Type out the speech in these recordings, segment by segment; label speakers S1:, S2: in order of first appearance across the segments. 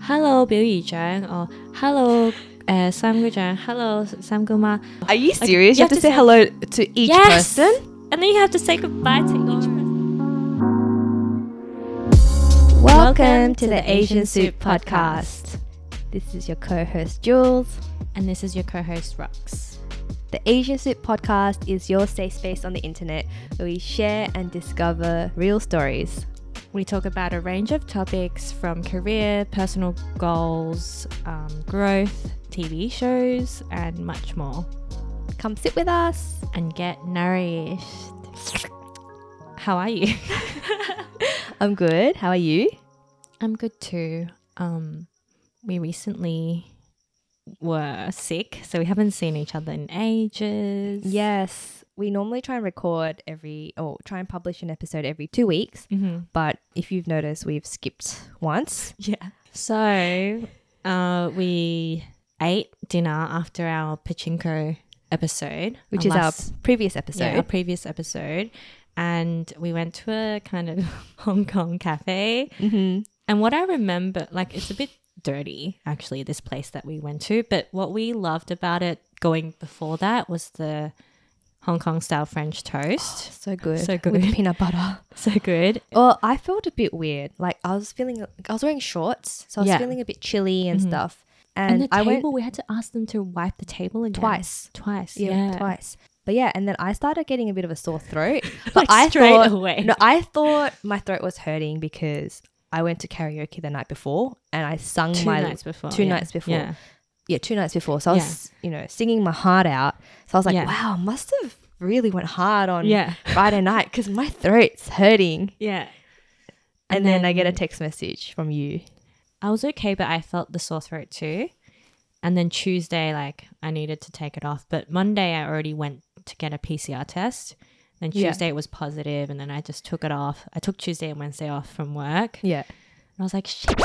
S1: Hello 表姨丈，哦 Hello 誒三姑丈，Hello 三姑媽。
S2: Are you
S1: Like,
S2: serious? you have to, say, hello to each
S1: Yes.
S2: person.
S1: And then you have to say goodbye to each person.
S3: Welcome to the Asian Soup Podcast. This is your co host Jules.
S1: And this is your co-host Rox.
S3: The Asian Soup Podcast is your safe space on the internet where we share and discover real stories.
S1: We talk about a range of topics from career, personal goals, um, growth, TV shows, and much more.
S3: Come sit with us.
S1: And get nourished. How are you?
S3: I'm good. How are you?
S1: I'm good too. Um, we recently were sick, so we haven't seen each other in ages.
S3: Yes. We normally try and record every, or try and publish an episode every two weeks,
S1: Mm-hmm.
S3: but if you've noticed, we've skipped once.
S1: Yeah. So uh, we ate dinner after our pachinko episode,
S3: Which is our
S1: last-
S3: previous episode.
S1: yeah, our previous episode, and we went to a kind of Hong Kong cafe.
S3: Mm-hmm.
S1: And what I remember, like, it's a bit dirty, actually, this place that we went to. But what we loved about it going before that was the Hong Kong style French toast.
S3: So good.
S1: So
S3: With
S1: good.
S3: peanut butter.
S1: so good.
S3: Well, I felt a bit weird. Like I was feeling, I was wearing shorts, so I was
S1: Yeah. Mm-hmm.
S3: feeling a bit chilly and stuff.
S1: And,
S3: And,
S1: the
S3: I
S1: table,
S3: went
S1: we had to ask them to wipe the table again.
S3: twice,
S1: Twice.
S3: yeah,
S1: Yeah.
S3: twice. But yeah, and then I started getting a bit of a sore throat. But
S1: Like,
S3: I
S1: straight
S3: thought,
S1: away.
S3: no, I thought my throat was hurting because I went to karaoke the night before and I sung
S1: Two
S3: my
S1: nights before.
S3: two
S1: yeah.
S3: nights before.
S1: Yeah.
S3: yeah, two nights before. So I was, you know, singing my heart out. So I was like,
S1: Yeah.
S3: wow, must have really went hard on
S1: Yeah.
S3: Friday night because my throat's hurting.
S1: Yeah.
S3: And, then, I get a text message from you.
S1: I was okay, but I felt the sore throat too. And then Tuesday, like I needed to take it off. But Monday, I already went to get a PCR test. Then
S3: Yeah.
S1: Tuesday, it was positive, and then I just took it off. I took Tuesday and Wednesday off from work, and
S3: Yeah,
S1: I was like, "Shit,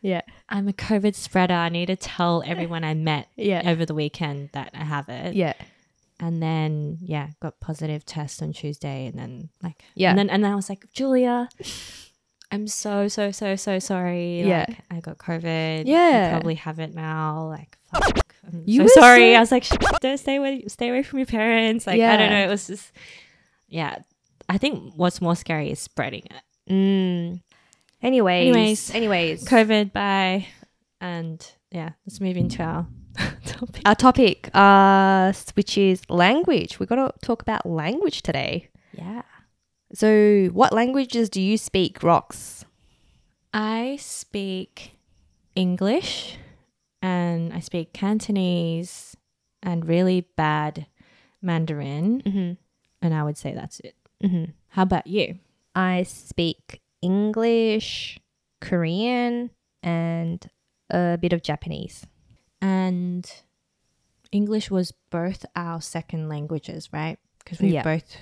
S3: yeah,
S1: I'm a COVID spreader. I need to tell everyone I met
S3: yeah,
S1: over the weekend that I have it."
S3: yeah.
S1: And then, yeah, got positive test on Tuesday, and then like,
S3: Yeah.
S1: and then and then I was like, Julia. I'm so so so so sorry.
S3: Yeah.
S1: like, I got COVID.
S3: Yeah.
S1: I probably have it now. Like, fuck. I'm
S3: You
S1: so
S3: were
S1: sorry.
S3: so-
S1: I was like, "Shh, don't stay away, stay away from your parents. Like, I
S3: Yeah.
S1: don't know. It was just, yeah. I think what's more scary is spreading it.
S3: Mm. Anyways,
S1: Anyways.
S3: anyways,
S1: COVID, bye, and yeah. Let's move into our topic.
S3: our topic, uh, s- which is language. We're gonna talk about language today.
S1: Yeah.
S3: So, what languages do you speak, Rocks?
S1: I speak English and I speak Cantonese and really bad Mandarin.
S3: Mm-hmm.
S1: And I would say that's it.
S3: Mm-hmm.
S1: How about you?
S3: I speak English, Korean, and a bit of Japanese.
S1: And English was both our second languages, right? Because we
S3: Yeah.
S1: both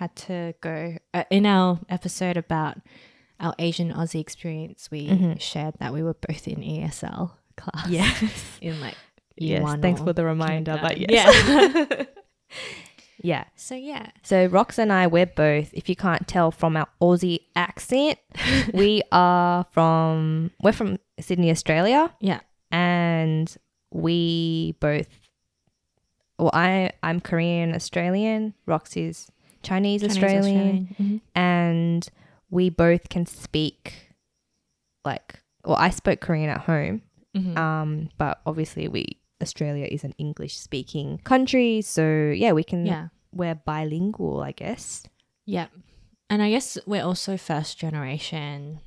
S1: had to go uh, in our episode about our Asian Aussie experience. We
S3: Mhm.
S1: shared that we were both in ESL class.
S3: Yes.
S1: in like
S3: yes.
S1: one
S3: Thanks
S1: or
S3: for the reminder. But
S1: kindergarten.
S3: yes.
S1: yeah.
S3: yeah.
S1: so yeah,
S3: So Rox and I, we're both, if you can't tell from our Aussie accent, we are from we're from Sydney, Australia,
S1: yeah.
S3: and we both well, I I'm Korean Australian, Rox is Chinese, Australian, Mm-hmm. and we both can speak like well, I spoke Korean at home.
S1: Mhm.
S3: Um, but obviously we Australia is an English speaking country, so yeah, we can
S1: yeah.
S3: we're bilingual, I guess.
S1: Yeah. And I guess we're also first generation.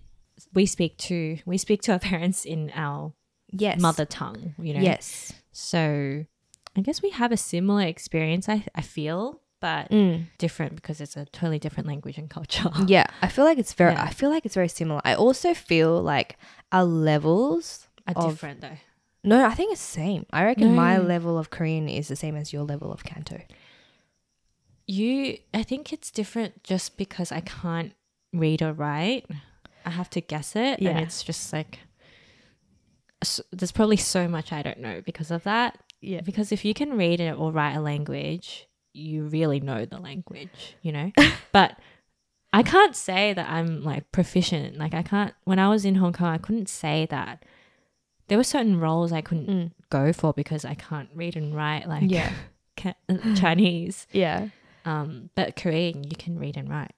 S1: We speak to we speak to our parents in our
S3: Yes.
S1: mother tongue, you know.
S3: Yes.
S1: So I guess we have a similar experience, I, I feel,
S3: Mm.
S1: but different because it's a totally different language and culture.
S3: Yeah, I feel like it's very.
S1: Yeah.
S3: I feel like it's very similar. I also feel like our levels.
S1: Are
S3: Of-
S1: different though.
S3: No, I think it's the same. I reckon my
S1: No.
S3: level of Korean is the same as your level of Canto.
S1: You I think it's different just because I can't read or write. I have to guess it.
S3: Yeah.
S1: And it's just like s there's probably so much I don't know because of that.
S3: Yeah.
S1: Because if you can read it or write a language, you really know the language, you know? but I can't say that I'm like proficient. Like, I can't, when I was in Hong Kong, I couldn't say that there were certain roles I couldn't
S3: Mm.
S1: go for because I can't read and write like
S3: Yeah.
S1: ca- uh, Chinese.
S3: Yeah.
S1: Um, but Korean, you can read and write.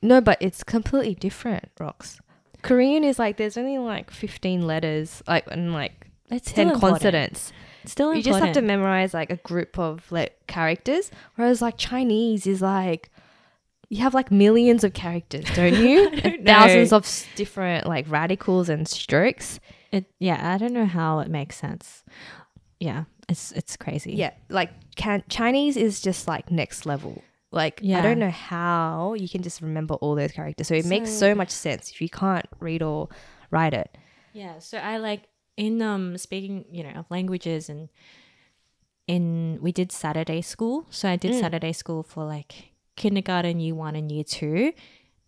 S3: No, but it's completely different, rocks. Korean is like there's only like 15 letters, like and like
S1: It's
S3: 10
S1: still important.
S3: consonants.
S1: Still
S3: You
S1: important.
S3: just have to memorize like a group of like characters, whereas like Chinese is like you have like millions of characters, don't you?
S1: I
S3: And
S1: don't
S3: Thousands
S1: know.
S3: of s- different like radicals and strokes.
S1: It, yeah, I don't know how it makes sense. Yeah, it's it's crazy.
S3: Yeah, like can Chinese is just like next level. Like I
S1: Yeah.
S3: don't know how you can just remember all those characters. So it makes
S1: So-
S3: so much sense if you can't read or write it.
S1: Yeah, so I like in um speaking, you know, of languages and in we did Saturday school. So I did
S3: Mm.
S1: Saturday school for like kindergarten, year one and year two.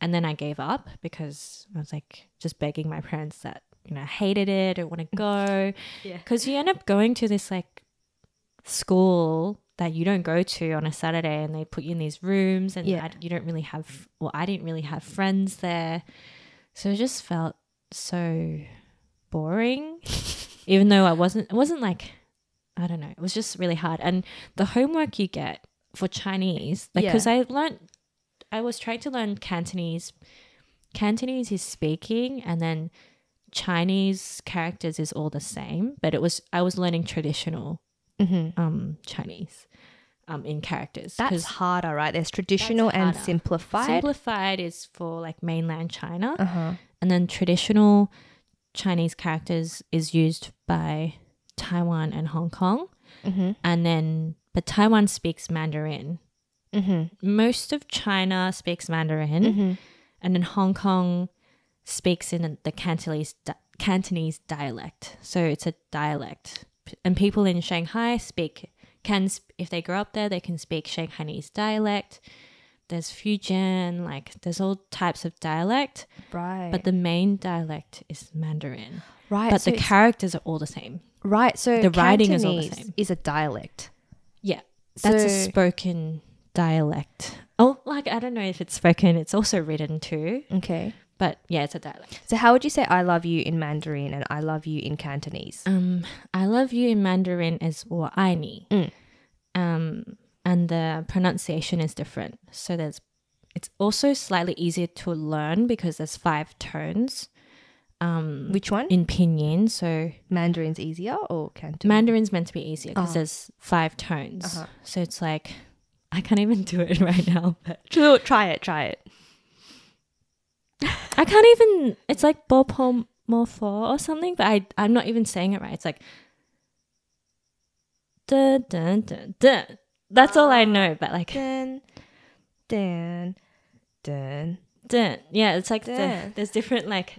S1: And then I gave up because I was like just begging my parents that, you know, I hated it, I don't want to go.
S3: Yeah.
S1: Because you end up going to this like school that you don't go to on a Saturday and they put you in these rooms and
S3: Yeah.
S1: I- you don't really have, well, I didn't really have friends there. So it just felt so boring even though I wasn't it wasn't like I don't know it was just really hard and the homework you get for Chinese like
S3: Yeah.
S1: because I learned I was trying to learn Cantonese Cantonese is speaking and then Chinese characters is all the same but it was I was learning traditional
S3: Mm-hmm.
S1: um Chinese um in characters
S3: That's
S1: 'Cause
S3: harder, right? There's traditional and
S1: harder.
S3: simplified.
S1: simplified is for like mainland China
S3: uh-huh.
S1: and then traditional Chinese characters is used by Taiwan and Hong Kong,
S3: Mm-hmm.
S1: and then but Taiwan speaks Mandarin.
S3: Mm-hmm.
S1: Most of China speaks Mandarin, and then Hong Kong speaks in the Cantonese di- Cantonese dialect. So it's a dialect, and people in Shanghai speak can sp- if they grow up there they can speak Shanghainese dialect. There's Fujian, like there's all types of dialect.
S3: Right.
S1: But the main dialect is Mandarin.
S3: right.
S1: but
S3: so
S1: the
S3: it's-
S1: characters are all the same.
S3: right. So
S1: the writing is all the
S3: Cantonese
S1: same.
S3: Is a dialect.
S1: Yeah. That's a
S3: So-
S1: spoken dialect. Oh, like I don't know if it's spoken, it's also written too.
S3: Okay.
S1: But yeah, it's a dialect.
S3: So how would you say "I love you" in Mandarin and "I love you" in Cantonese?
S1: Um, I love you in Mandarin is wo ai ni.
S3: Mm.
S1: Um, and the pronunciation is different. So there's it's also slightly easier to learn because there's five tones um,
S3: Which one?
S1: in pinyin. So
S3: Mandarin's easier or Cantonese?
S1: Mandarin's meant to be easier because
S3: Ah.
S1: there's five tones.
S3: Uh-huh.
S1: So it's like I can't even do it right now, but
S3: Sure, try it. Try it.
S1: I can't even it's like bopomorpho or something, but I I'm not even saying it right. It's like dun, dun, dun, dun. That's all I know, but like
S3: Dun, dun, dun.
S1: dun. Yeah, it's like the,
S3: Dun.
S1: there's different like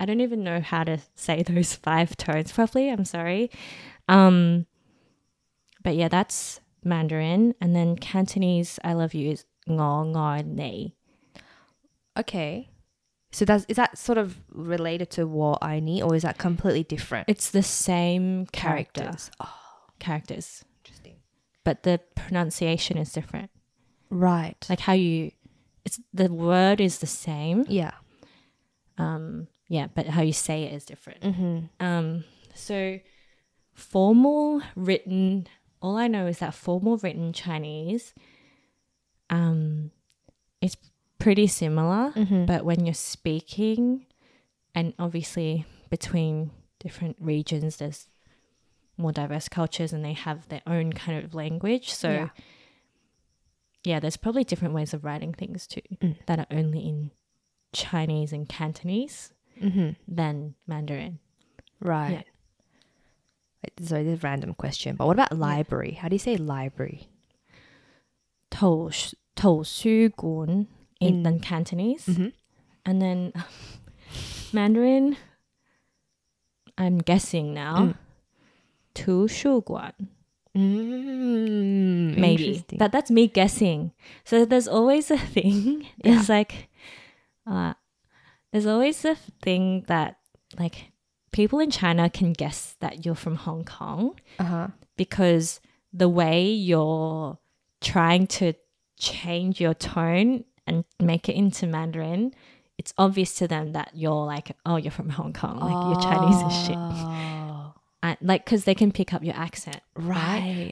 S1: I don't even know how to say those five tones properly. I'm sorry. Um but yeah, that's Mandarin and then Cantonese I love you is ngo ngo nei.
S3: Okay. So that's is that sort of related to what I need, or is that completely different?
S1: It's the same character
S3: Oh,
S1: characters,
S3: interesting.
S1: but the pronunciation is different.
S3: Right.
S1: Like how you, it's the word is the same.
S3: yeah.
S1: Um, yeah, but how you say it is different.
S3: Mm-hmm.
S1: Um, so formal written. All I know is that formal written Chinese, um, it's pretty similar.
S3: Mm-hmm.
S1: but when you're speaking and obviously between different regions there's more diverse cultures and they have their own kind of language so yeah,
S3: Yeah.
S1: there's probably different ways of writing things too
S3: Mm.
S1: that are only in chinese and cantonese
S3: mm-hmm.
S1: than mandarin
S3: Right.
S1: Yeah.
S3: Wait, Sorry, this is a random question, but what about library? How do you say library?
S1: Tou in, in
S3: In-
S1: than cantonese
S3: Mhm.
S1: and then mandarin i'm guessing now
S3: Mm.
S1: tu shu guan
S3: Mm,
S1: maybe that that's me guessing so there's always a thing there's like uh there's always a thing that like people in china can guess that you're from hong kong
S3: uh huh.
S1: because the way you're trying to change your tone and make it into mandarin it's obvious to them that you're like oh you're from hong kong like you're chinese as shit
S3: Oh.
S1: and like because they can pick up your accent,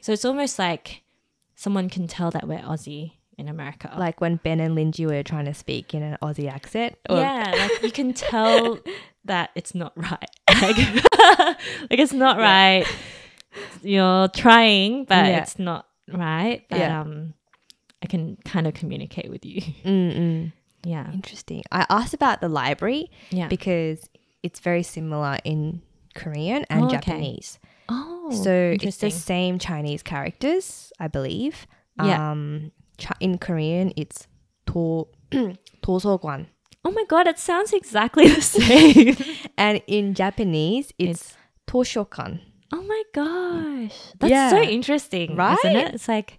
S1: So it's almost like someone can tell that we're Aussie in America.
S3: Like when Ben and Lindy were trying to speak in an Aussie accent. or-
S1: yeah, like you can tell that it's not right. Like, like it's not right. You're trying, but
S3: Yeah.
S1: it's not right. But
S3: Yeah.
S1: um, I can kind of communicate with you.
S3: Mm-mm.
S1: Yeah,
S3: Interesting. I asked about the library
S1: yeah.
S3: because it's very similar in Korean and
S1: Oh, okay.
S3: Japanese.
S1: oh,
S3: so it's the
S1: interesting.
S3: same Chinese characters, I believe.
S1: Yeah.
S3: Um, chi- in Korean, it's to 도서관,
S1: oh my god, it sounds exactly the same.
S3: and in Japanese, it's,
S1: It's-
S3: toshokan.
S1: oh my gosh, that's
S3: Yeah.
S1: so interesting, Isn't
S3: Right?
S1: it? It's like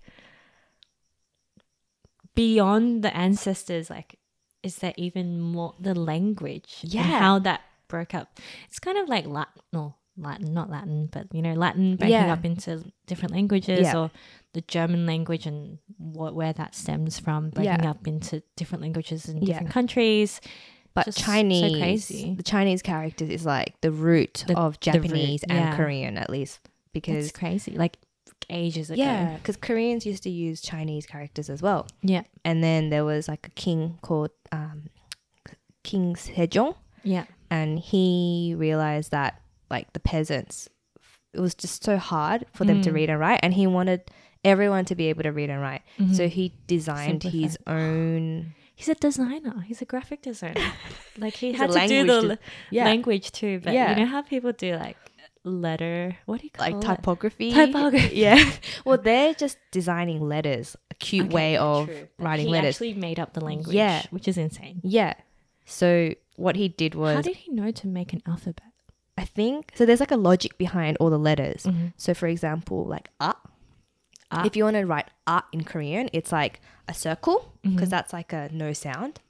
S1: beyond the ancestors. Like, is there even more the language? and
S3: Yeah.
S1: how that broke up. It's kind of like Latin, no, Latin, not Latin, but you know, Latin breaking
S3: Yeah.
S1: up into different languages,
S3: Yeah.
S1: or the German language and what where that stems from, breaking
S3: Yeah.
S1: up into different languages in
S3: Yeah.
S1: different countries.
S3: But
S1: Just so
S3: Chinese,
S1: crazy.
S3: the Chinese characters is like the root
S1: The-
S3: of
S1: the root,
S3: Japanese and
S1: yeah.
S3: Korean, at least because
S1: It's crazy, like ages ago.
S3: yeah, because Koreans used to use Chinese characters as well.
S1: yeah,
S3: And then there was like a king called um, King Sejong,
S1: yeah.
S3: and he realized that like the peasants, it was just so hard for them to
S1: Mm.
S3: read and write, and he wanted everyone to be able to read and write.
S1: Mm-hmm.
S3: So he designed his own.
S1: He's a designer. He's a graphic designer. Like he
S3: He's
S1: had
S3: a
S1: to do
S3: language
S1: the
S3: de- yeah.
S1: language too. But
S3: Yeah.
S1: you know how people do like letter. What do you call
S3: Like
S1: it?
S3: typography,
S1: Typography.
S3: yeah. Well, they're just designing letters, a cute
S1: Okay,
S3: way
S1: yeah,
S3: of
S1: true. But
S3: writing
S1: he
S3: letters.
S1: actually made up the language.
S3: Yeah.
S1: which is insane.
S3: yeah. So what he did was
S1: How did he know to make an alphabet?
S3: I think so. There's like a logic behind all the letters.
S1: Mm-hmm.
S3: So, for example, like a.
S1: Ah.
S3: If you want to write a in Korean, it's like a circle
S1: Mm-hmm.
S3: because that's like a no sound.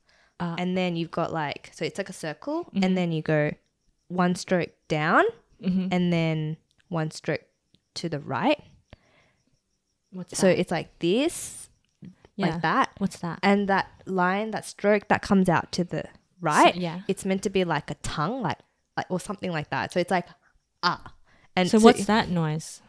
S1: Ah.
S3: And then you've got like so it's like a circle,
S1: Mm-hmm.
S3: and then you go one stroke down, and then one stroke to the right.
S1: What's that?
S3: So it's like this,
S1: Yeah.
S3: like that,
S1: What's that?
S3: and that line, that stroke that comes out to the right.
S1: yeah.
S3: it's meant to be like a tongue, like like or something like that. So it's like ah. And
S1: so, what's that noise?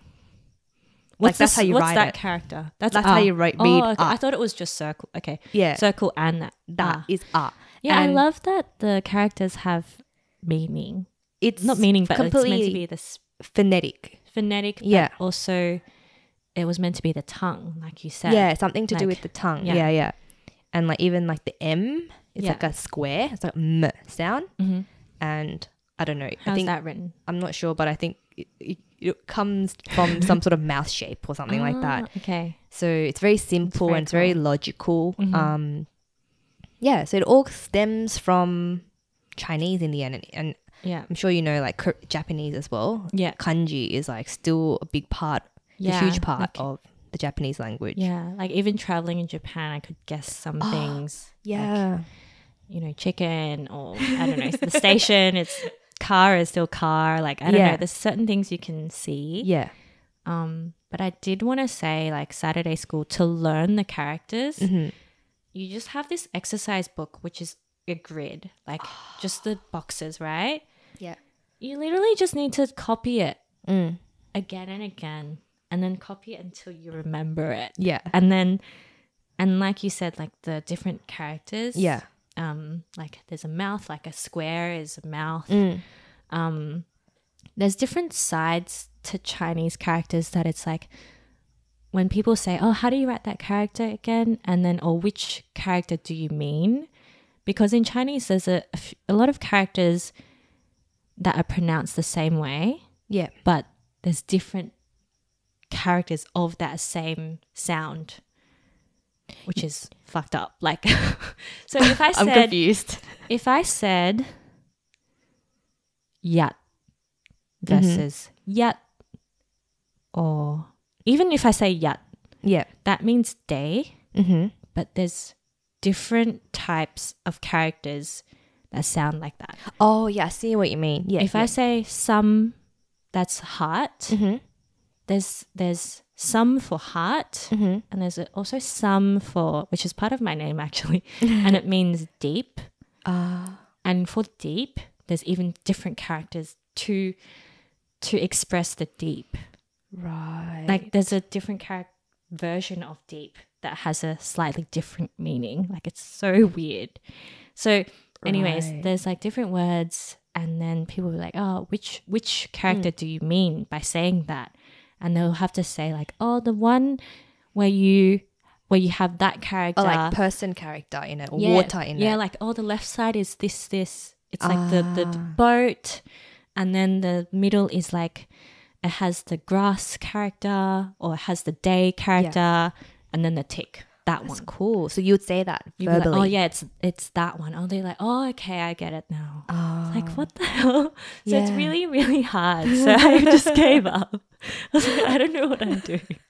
S1: What's
S3: that's
S1: this-
S3: how you
S1: what's
S3: write
S1: that
S3: it.
S1: character? That's,
S3: That's how
S1: ah.
S3: you write-
S1: Oh,
S3: read
S1: okay.
S3: ah.
S1: I thought it was just circle. Okay,
S3: Yeah.
S1: circle and that.
S3: That
S1: ah.
S3: is ah.
S1: Yeah,
S3: And
S1: I love that the characters have meaning.
S3: it's
S1: Not meaning, but it's
S3: completely
S1: meant to be this
S3: phonetic.
S1: phonetic. but
S3: Yeah.
S1: also, it was meant to be the tongue, like you said.
S3: yeah, something to do
S1: like-
S3: with the tongue.
S1: yeah.
S3: Yeah. yeah, And like even like the M, it's
S1: Yeah.
S3: like a square. It's like m sound.
S1: Mhm.
S3: And I don't know. I
S1: How's
S3: think
S1: that written?
S3: I'm not sure, but I think it, it, it comes from some sort of mouth shape or something like that.
S1: Ah, Okay.
S3: So it's very simple
S1: very Mm-hmm.
S3: and it's very logical. Um, yeah. So it all stems from Chinese in the end, and, and
S1: Yeah.
S3: I'm sure you know like Kor- Japanese as well.
S1: Yeah.
S3: kanji is like still a big part,
S1: Yeah,
S3: a huge part
S1: like-
S3: of the Japanese language.
S1: Yeah. Like even traveling in Japan, I could guess some
S3: Ah.
S1: things. Like,
S3: Yeah.
S1: you know, chicken or I don't know, the station. It's car is still car. Like I don't
S3: Yeah.
S1: know. There's certain things you can see.
S3: yeah.
S1: Um, but I did want to say, like Saturday school, to learn the characters,
S3: Mm-hmm.
S1: you just have this exercise book, which is a grid, like just the boxes, right?
S3: Yeah.
S1: You literally just need to copy it
S3: Mm.
S1: again and again, and then copy it until you remember it.
S3: Yeah.
S1: And then, and like you said, like the different characters.
S3: Yeah.
S1: Um, like there's a mouth, like a square is a mouth. Um, there's different sides to Chinese characters that it's like when people say, "Oh, how do you write that character again?" and then, "Or which character do you mean?" Because in Chinese, there's a, a, f- a lot of characters that are pronounced the same way,
S3: Yeah.
S1: but there's different characters of that same sound, which is fucked up. Like, so if I
S3: I'm
S1: said
S3: confused.
S1: if I said yat versus
S3: Mm-hmm.
S1: yat, or even if I say yat,
S3: Yeah.
S1: that means day,
S3: Mm-hmm.
S1: but there's different types of characters that sound like that.
S3: Oh yeah, I see what you mean. Yeah. Mm-hmm.
S1: if I say some, that's heart. There's there's some for heart,
S3: Mm-hmm.
S1: and there's also some for which is part of my name actually, and it means deep.
S3: Ah,
S1: And for deep, there's even different characters to to express the deep.
S3: Right.
S1: Like there's a different character version of deep that has a slightly different meaning. Like it's so weird. So, anyways,
S3: Right.
S1: there's like different words, and then people were like, "Oh, which which character
S3: Hmm.
S1: do you mean by saying that?" And they'll have to say like, "Oh, the one where you where you have that character,
S3: or Oh, like person character in it, or
S1: yeah,
S3: water in
S1: yeah,
S3: it.
S1: like oh, the left side is this this. It's like the, the the
S3: Ah.
S1: boat, and then the middle is like it has the grass character or it has the day character, and then the tick. That
S3: That's
S1: one.
S3: cool. So you would say that
S1: You'd be like,
S3: verbally.
S1: oh yeah, it's it's that one. Oh, they're like, oh okay, I get it now.
S3: Oh.
S1: Like what the hell? So it's
S3: Yeah.
S1: really really hard. So I just gave up. I was like, I don't know what I'm doing.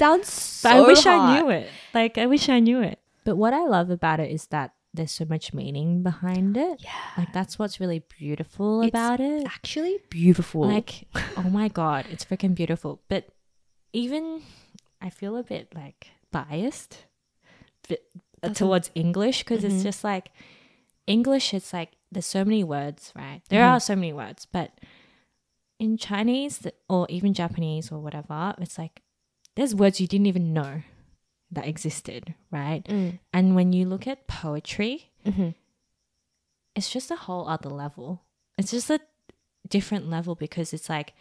S3: Sounds
S1: But
S3: so
S1: I wish I
S3: hard.
S1: knew it. Like I wish I knew it. But what I love about it is that there's so much meaning behind it.
S3: Yeah.
S1: Like that's what's really beautiful
S3: It's
S1: about it.
S3: Actually, beautiful.
S1: Like oh my god, it's freaking beautiful. But even I feel a bit like biased bit, uh, towards English because it's just like English it's like there's so many words, right? There are so many words, but in Chinese th- or even Japanese or whatever, it's like there's words you didn't even know that existed, right?
S3: Mm.
S1: And when you look at poetry,
S3: Mhm.
S1: it's just a whole other level. It's just a different level because it's like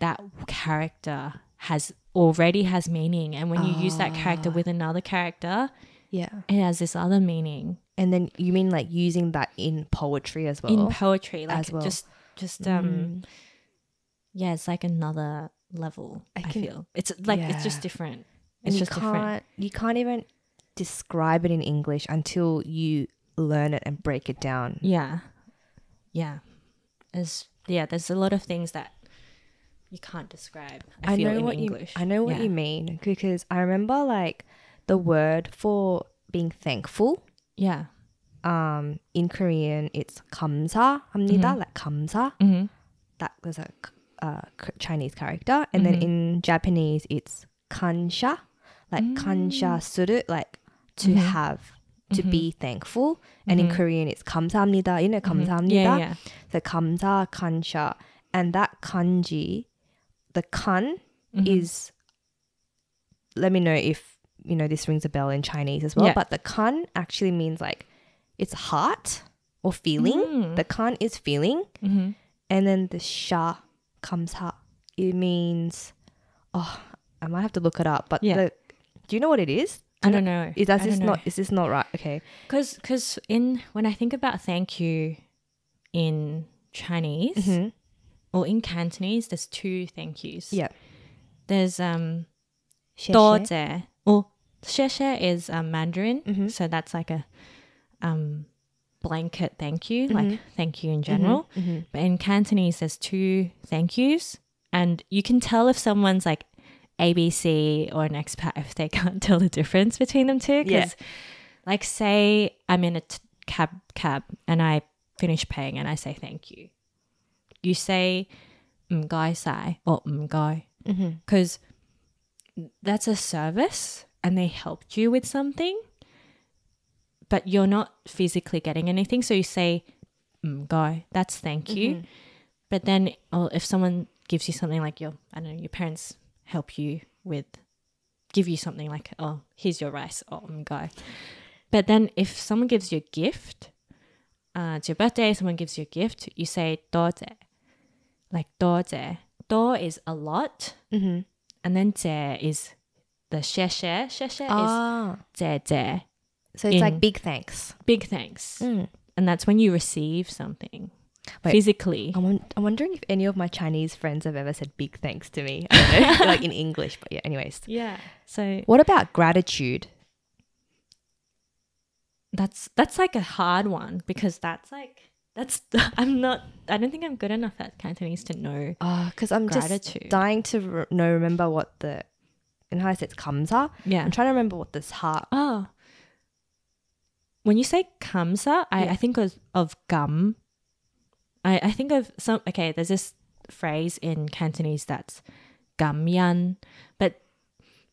S1: that character has already has meaning and when you use that character
S3: Ah.
S1: with another character
S3: yeah.
S1: it has this other meaning
S3: And then you mean like using that in poetry as well?
S1: in poetry like
S3: as well. Mm-hmm.
S1: just just um yeah it's like another level i,
S3: I can-
S1: feel it's like it's just
S3: yeah.
S1: different
S3: and
S1: it's
S3: you
S1: just
S3: can't
S1: different
S3: you can't even describe it in English until you learn it and break it down.
S1: Yeah. Yeah. There's yeah, there's a lot of things that you can't describe. I, feel in
S3: what
S1: English.
S3: you I know what
S1: Yeah.
S3: you mean because I remember like the word for being thankful
S1: Yeah.
S3: um in Korean it's kamsa
S1: Mm-hmm.
S3: amnida like kamsa
S1: Mhm.
S3: that was a uh, K- Chinese character and then
S1: Mm-hmm.
S3: in Japanese it's kansha like
S1: Mm.
S3: kansha suru like to
S1: Mm-hmm.
S3: have to be thankful and in Korean it's 감사합니다 you know 감사합니다
S1: Mm-hmm. Yeah, yeah.
S3: the kamsa kansha and that kanji the kan
S1: Mm-hmm.
S3: is let me know if you know this rings a bell in chinese as well
S1: Yeah.
S3: but the kan actually means like it's heart or feeling
S1: Mm.
S3: the kan is feeling
S1: Mhm.
S3: and then the sha kamsa it means oh i might have to look it up but
S1: Yeah.
S3: the, do you know what it is
S1: I don't know.
S3: is that
S1: I don't
S3: this
S1: know.
S3: not is this not right okay
S1: Cause, cause in when I think about thank you in Chinese
S3: Mhm.
S1: or in Cantonese, there's two thank yous.
S3: yeah
S1: There's um
S3: Xie xie. Mm-hmm.
S1: doze or xie xie is um, Mandarin, so that's like a um blanket thank you, like thank you in general. But in Cantonese, there's two thank yous, and you can tell if someone's like ABC or an expat if they can't tell the difference between them two.
S3: Yeah.
S1: Because, like, say I'm in a t- cab cab and I finish paying and I say thank you. You say "mgai sai" or "mgai" because that's a service and they helped you with something, but you're not physically getting anything. So you say "mgai," that's thank you. But then, or if someone gives you something like your, I don't know, your parents help you with, give you something like, oh, here's your rice, oh, I'm guy. But then, if someone gives you a gift, uh, it's your birthday, someone gives you a gift, you say doze, like doze. Do is a lot,
S3: Mhm.
S1: and then ze is the xie xie. Xie xie
S3: ah
S1: is ze ze.
S3: so it's
S1: in-
S3: like big thanks
S1: Big thanks.
S3: Mm.
S1: And that's when you receive something
S3: Wait.
S1: physically.
S3: I'm, won- I'm wondering if any of my Chinese friends have ever said big thanks to me. I don't know, like in English, but yeah, anyways.
S1: Yeah. So
S3: What about gratitude?
S1: that's that's like a hard one because that's like that's I'm not I don't think I'm good enough at Cantonese to know
S3: Because Oh, I'm
S1: Gratitude.
S3: just dying to re- know, remember what the, in how it's kamsa.
S1: yeah
S3: I'm trying to remember what this heart.
S1: oh when you say kamsa I, I think of of gum I, I think of some okay there's this phrase in Cantonese that's gum yan but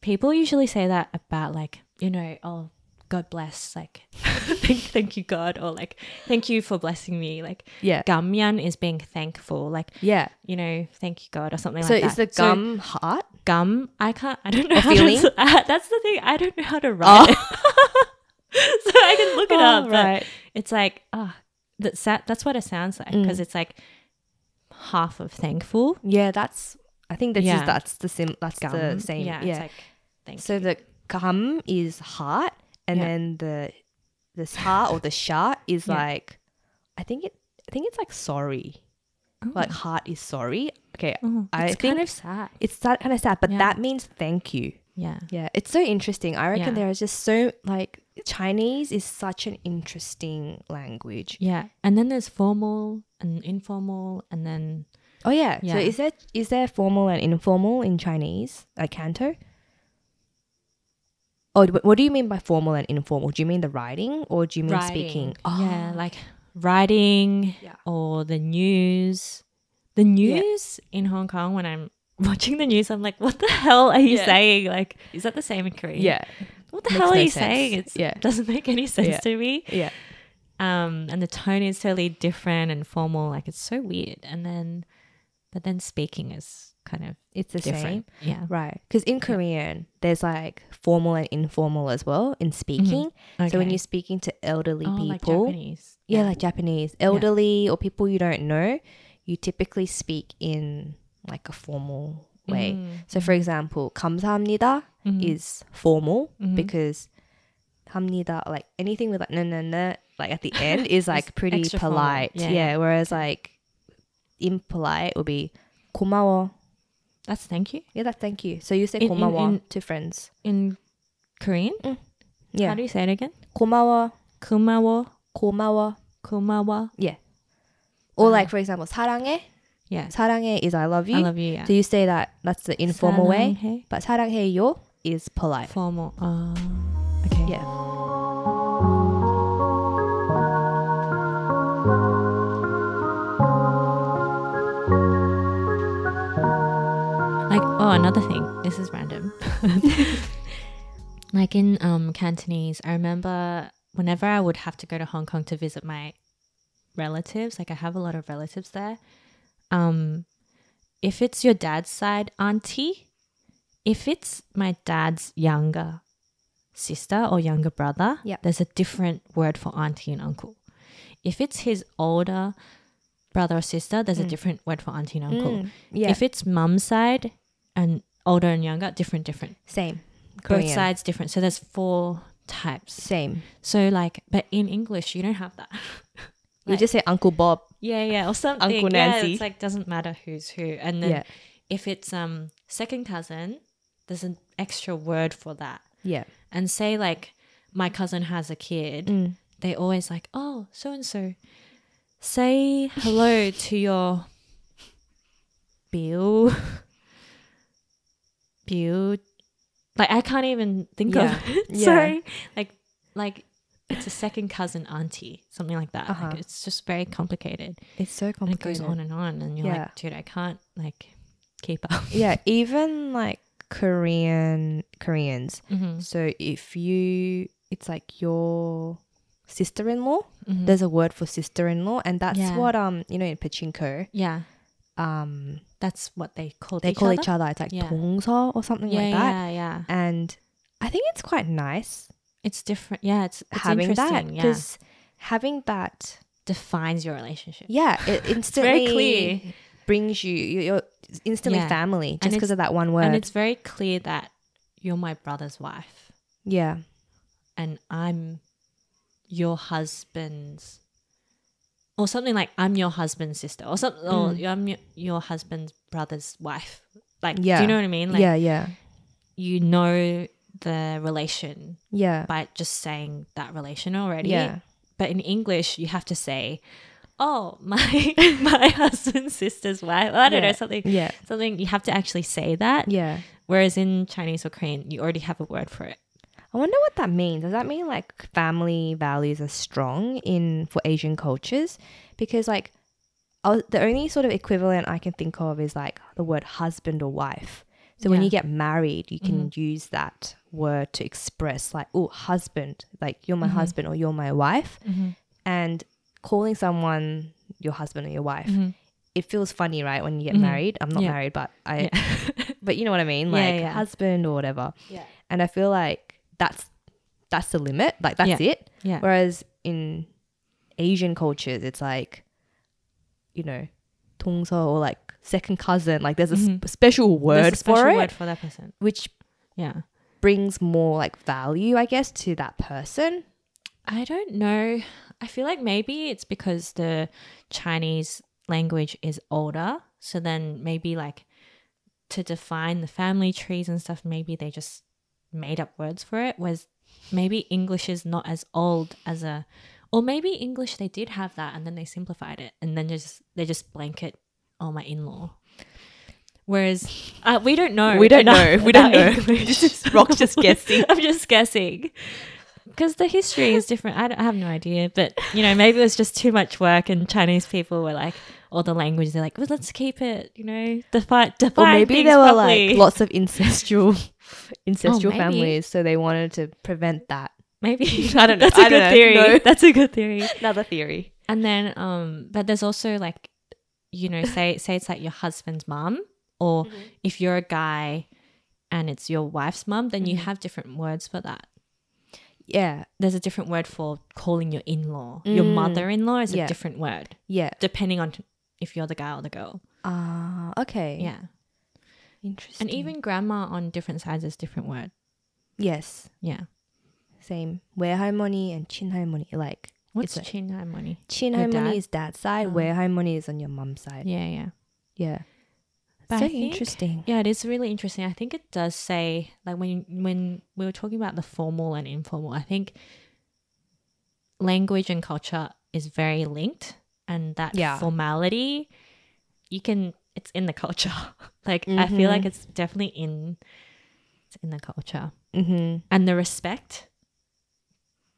S1: people usually say that about like you know oh God bless, like thank, thank you God, or like thank you for blessing me. Like
S3: Yeah.
S1: gamyan is being thankful, like
S3: Yeah.
S1: you know, thank you God, or something
S3: So
S1: like that.
S3: is the gum heart?
S1: so gum? I can't. I don't know.
S3: Or
S1: How
S3: feeling? Oh.
S1: to, uh, that's the thing. I don't know how to write. it. so I can look it up. but It's like ah, that. sa- That's what it sounds like
S3: Mm.
S1: because it's like half of thankful.
S3: Yeah, that's. I think that's
S1: Yeah.
S3: just, that's the sim. That's the
S1: Gum.
S3: same.
S1: Yeah.
S3: Yeah.
S1: It's like thank
S3: so the gum is heart, and
S1: Yeah.
S3: then the the sa or the sha is
S1: Yeah.
S3: like, I think it. I think it's like sorry.
S1: Oh.
S3: Like heart is sorry. Okay.
S1: Oh,
S3: I
S1: it's
S3: think-
S1: kind of sad.
S3: It's that kind of sad, but
S1: Yeah.
S3: that means thank you.
S1: Yeah.
S3: Yeah, it's so interesting. I reckon
S1: Yeah.
S3: there is just so like Chinese is such an interesting language.
S1: Yeah. And then there's formal and informal and then
S3: Oh yeah.
S1: Yeah.
S3: So is there is there formal and informal in Chinese, like Canto? Oh, wh- what do you mean by formal and informal? Do you mean the writing or do you mean speaking? Oh,
S1: Yeah, like writing
S3: Yeah.
S1: or the news. The news in Hong Kong when I'm watching the news, I'm like, what the hell are you
S3: Yeah.
S1: saying? Like, is that the same in Korean?
S3: yeah,
S1: What the
S3: Makes
S1: hell are
S3: no
S1: you
S3: sense.
S1: saying? It's,
S3: Yeah.
S1: It doesn't make any sense
S3: Yeah.
S1: to me.
S3: yeah,
S1: Um, and the tone is totally different and formal. Like, it's so weird. And then, but then speaking is kind of
S3: It's the
S1: different. Yeah.
S3: same, right? Because in Korean, there's like formal and informal as well in
S1: Mm-hmm.
S3: speaking. So when
S1: Okay.
S3: you're speaking to elderly
S1: oh, like
S3: people,
S1: Japanese.
S3: yeah, like Japanese elderly or people you don't know, you typically speak in like a formal way.
S1: Mm.
S3: So, for example, 감사합니다
S1: Mm-hmm.
S3: is formal because hamnida like anything with like na na na like at the end is like pretty
S1: extra formal,
S3: polite.
S1: yeah.
S3: Yeah. whereas like impolite would be 고마워.
S1: That's thank you
S3: Yeah, that thank you. So you say
S1: In- in-
S3: 고마워
S1: in-
S3: to friends.
S1: in Korean. How
S3: Yeah,
S1: do you say it again?
S3: 고마워,
S1: Kumawa,
S3: 고마워.
S1: kumawa.
S3: Yeah.
S1: Uh-huh.
S3: Or like for example, 사랑해.
S1: Yeah,
S3: 사랑해 is I love you.
S1: I love you. Yeah.
S3: So you say that that's the informal way.
S1: Saranghei.
S3: But 사랑해요 is polite.
S1: Formal. Uh, okay.
S3: Yeah.
S1: Like oh, another thing. This is random. like in um Cantonese, I remember whenever I would have to go to Hong Kong to visit my relatives. Like I have a lot of relatives there. Um, if it's your dad's side auntie, if it's my dad's younger sister or younger brother,
S3: Yep.
S1: there's a different word for auntie and uncle. If it's his older brother or sister, there's a different word for auntie and uncle.
S3: Mm, yeah.
S1: If it's mum's side and older and younger, different, different.
S3: Same. Korean.
S1: Both sides different. So there's four types.
S3: Same.
S1: So like, but in English, you don't have that.
S3: you just say Uncle Bob.
S1: Yeah, yeah, or something.
S3: Uncle
S1: Yeah,
S3: Nancy.
S1: it's like doesn't matter who's who. And then
S3: Yeah.
S1: if it's um second cousin, there's an extra word for that.
S3: Yeah.
S1: And say like my cousin has a kid, they always like, oh, so and so, say hello to your Bill, Bill. Like I can't even think
S3: Yeah.
S1: of it.
S3: Yeah.
S1: Sorry, like like it's a second cousin auntie, something like that.
S3: Uh-huh.
S1: Like, it's just very complicated.
S3: It's so
S1: And it
S3: complicated.
S1: goes on and on, and you're
S3: Yeah.
S1: like, dude, I can't like keep up.
S3: yeah, even like Korean Koreans.
S1: Mhm.
S3: So if you it's like your sister-in-law,
S1: Mm-hmm.
S3: there's a word for sister-in-law and that's
S1: Mm. Yeah.
S3: what um you know in pachinko,
S1: Yeah,
S3: um
S1: that's what they call
S3: they
S1: each
S3: call
S1: other.
S3: each other it's like
S1: Yeah.
S3: 동서 or something
S1: Yeah,
S3: like that.
S1: yeah, yeah.
S3: And I think it's quite nice
S1: It's different. Yeah, it's, it's
S3: having that
S1: interesting. yeah.
S3: because having that
S1: defines your relationship.
S3: yeah, it instantly
S1: very clear.
S3: brings you you- you're instantly
S1: Yeah.
S3: family just
S1: it's-
S3: because of that one word.
S1: And it's very clear that you're my brother's wife
S3: yeah.
S1: and I'm your husband's or something like I'm your husband's sister or something or
S3: Mm.
S1: "You- I'm your, your husband's brother's wife. Like do
S3: Yeah.
S1: you know what I mean? Like
S3: yeah, yeah.
S1: you know the relation
S3: Yeah.
S1: by just saying that relation already.
S3: Yeah.
S1: But in English you have to say, Oh, my my husband's sister's wife. I don't know,
S3: Yeah.
S1: something
S3: Yeah.
S1: something you have to actually say that.
S3: Yeah.
S1: Whereas in Chinese or Korean, you already have a word for it.
S3: I wonder what that means. Does that mean like family values are strong in for Asian cultures? Because like uh, I was, the only sort of equivalent I can think of is like the word husband or wife. So when
S1: Yeah. Mm-hmm.
S3: you get married, you can use that word to express like, oh, husband, like you're
S1: Mm-hmm.
S3: my husband or you're my wife. And calling someone your husband or your wife, it feels funny, right? When you get married. I'm not
S1: Mm-hmm. Yeah.
S3: married, but I, but you know what I mean?
S1: Yeah,
S3: Like
S1: yeah.
S3: husband or whatever.
S1: Yeah.
S3: And I feel like that's, that's the limit. Like that's
S1: Yeah.
S3: it.
S1: Yeah.
S3: Whereas in Asian cultures, it's like, you know, tongso or like second cousin. Like there's a sp- special word
S1: Mm-hmm. There's a special
S3: for it,
S1: word for that person.
S3: which
S1: Yeah.
S3: brings more like value, I guess, to that person.
S1: I don't know. I feel like maybe it's because the Chinese language is older. So then maybe like to define the family trees and stuff, maybe they just made up words for it. Whereas maybe English is not as old as a, or maybe English they did have that and then they simplified it and then just they just blanket all my in law. Whereas uh, we don't know.
S3: We don't
S1: enough
S3: know. We don't
S1: about
S3: know. Rock's just guessing.
S1: I'm just guessing. Because the history is different. I, don't, I have no idea. But, you know, maybe it was just too much work and Chinese people were like, or the language, they're like, well, let's keep it, you know, define,
S3: Or
S1: define
S3: maybe
S1: things
S3: there were
S1: properly.
S3: like lots of incestual incestual
S1: Oh, maybe.
S3: families, so they wanted to prevent that.
S1: Maybe. I don't know. That's
S3: I
S1: a
S3: don't
S1: good
S3: know.
S1: theory.
S3: No.
S1: That's a good theory.
S3: Another theory.
S1: And then, um, but there's also like, you know, say say it's like your husband's mom, or
S3: Mm-hmm.
S1: if you're a guy and it's your wife's mom, then
S3: Mm-hmm.
S1: you have different words for that.
S3: Yeah.
S1: There's a different word for calling your in-law. Your
S3: Mm.
S1: mother-in-law is
S3: Yeah.
S1: a different word,
S3: Yeah.
S1: depending on if you're the guy or the girl.
S3: Ah, okay.
S1: Yeah,
S3: Interesting.
S1: and even grandma on different sides is different word.
S3: yes,
S1: Yeah,
S3: same. Where harmony and chin harmony like
S1: what's
S3: It's like-
S1: chin harmony?
S3: Chin
S1: Your
S3: harmony
S1: dad?
S3: is dad's side,
S1: Oh.
S3: where harmony is on your mum's side.
S1: Yeah, yeah.
S3: Yeah.
S1: But
S3: so
S1: I think-
S3: interesting.
S1: Yeah, it is really interesting. I think it does say like when when we were talking about the formal and informal, I think language and culture is very linked and that
S3: Yeah.
S1: formality you can it's in the culture. like I feel like
S3: Mhm.
S1: it's definitely in it's in the culture.
S3: Mm-hmm.
S1: And the respect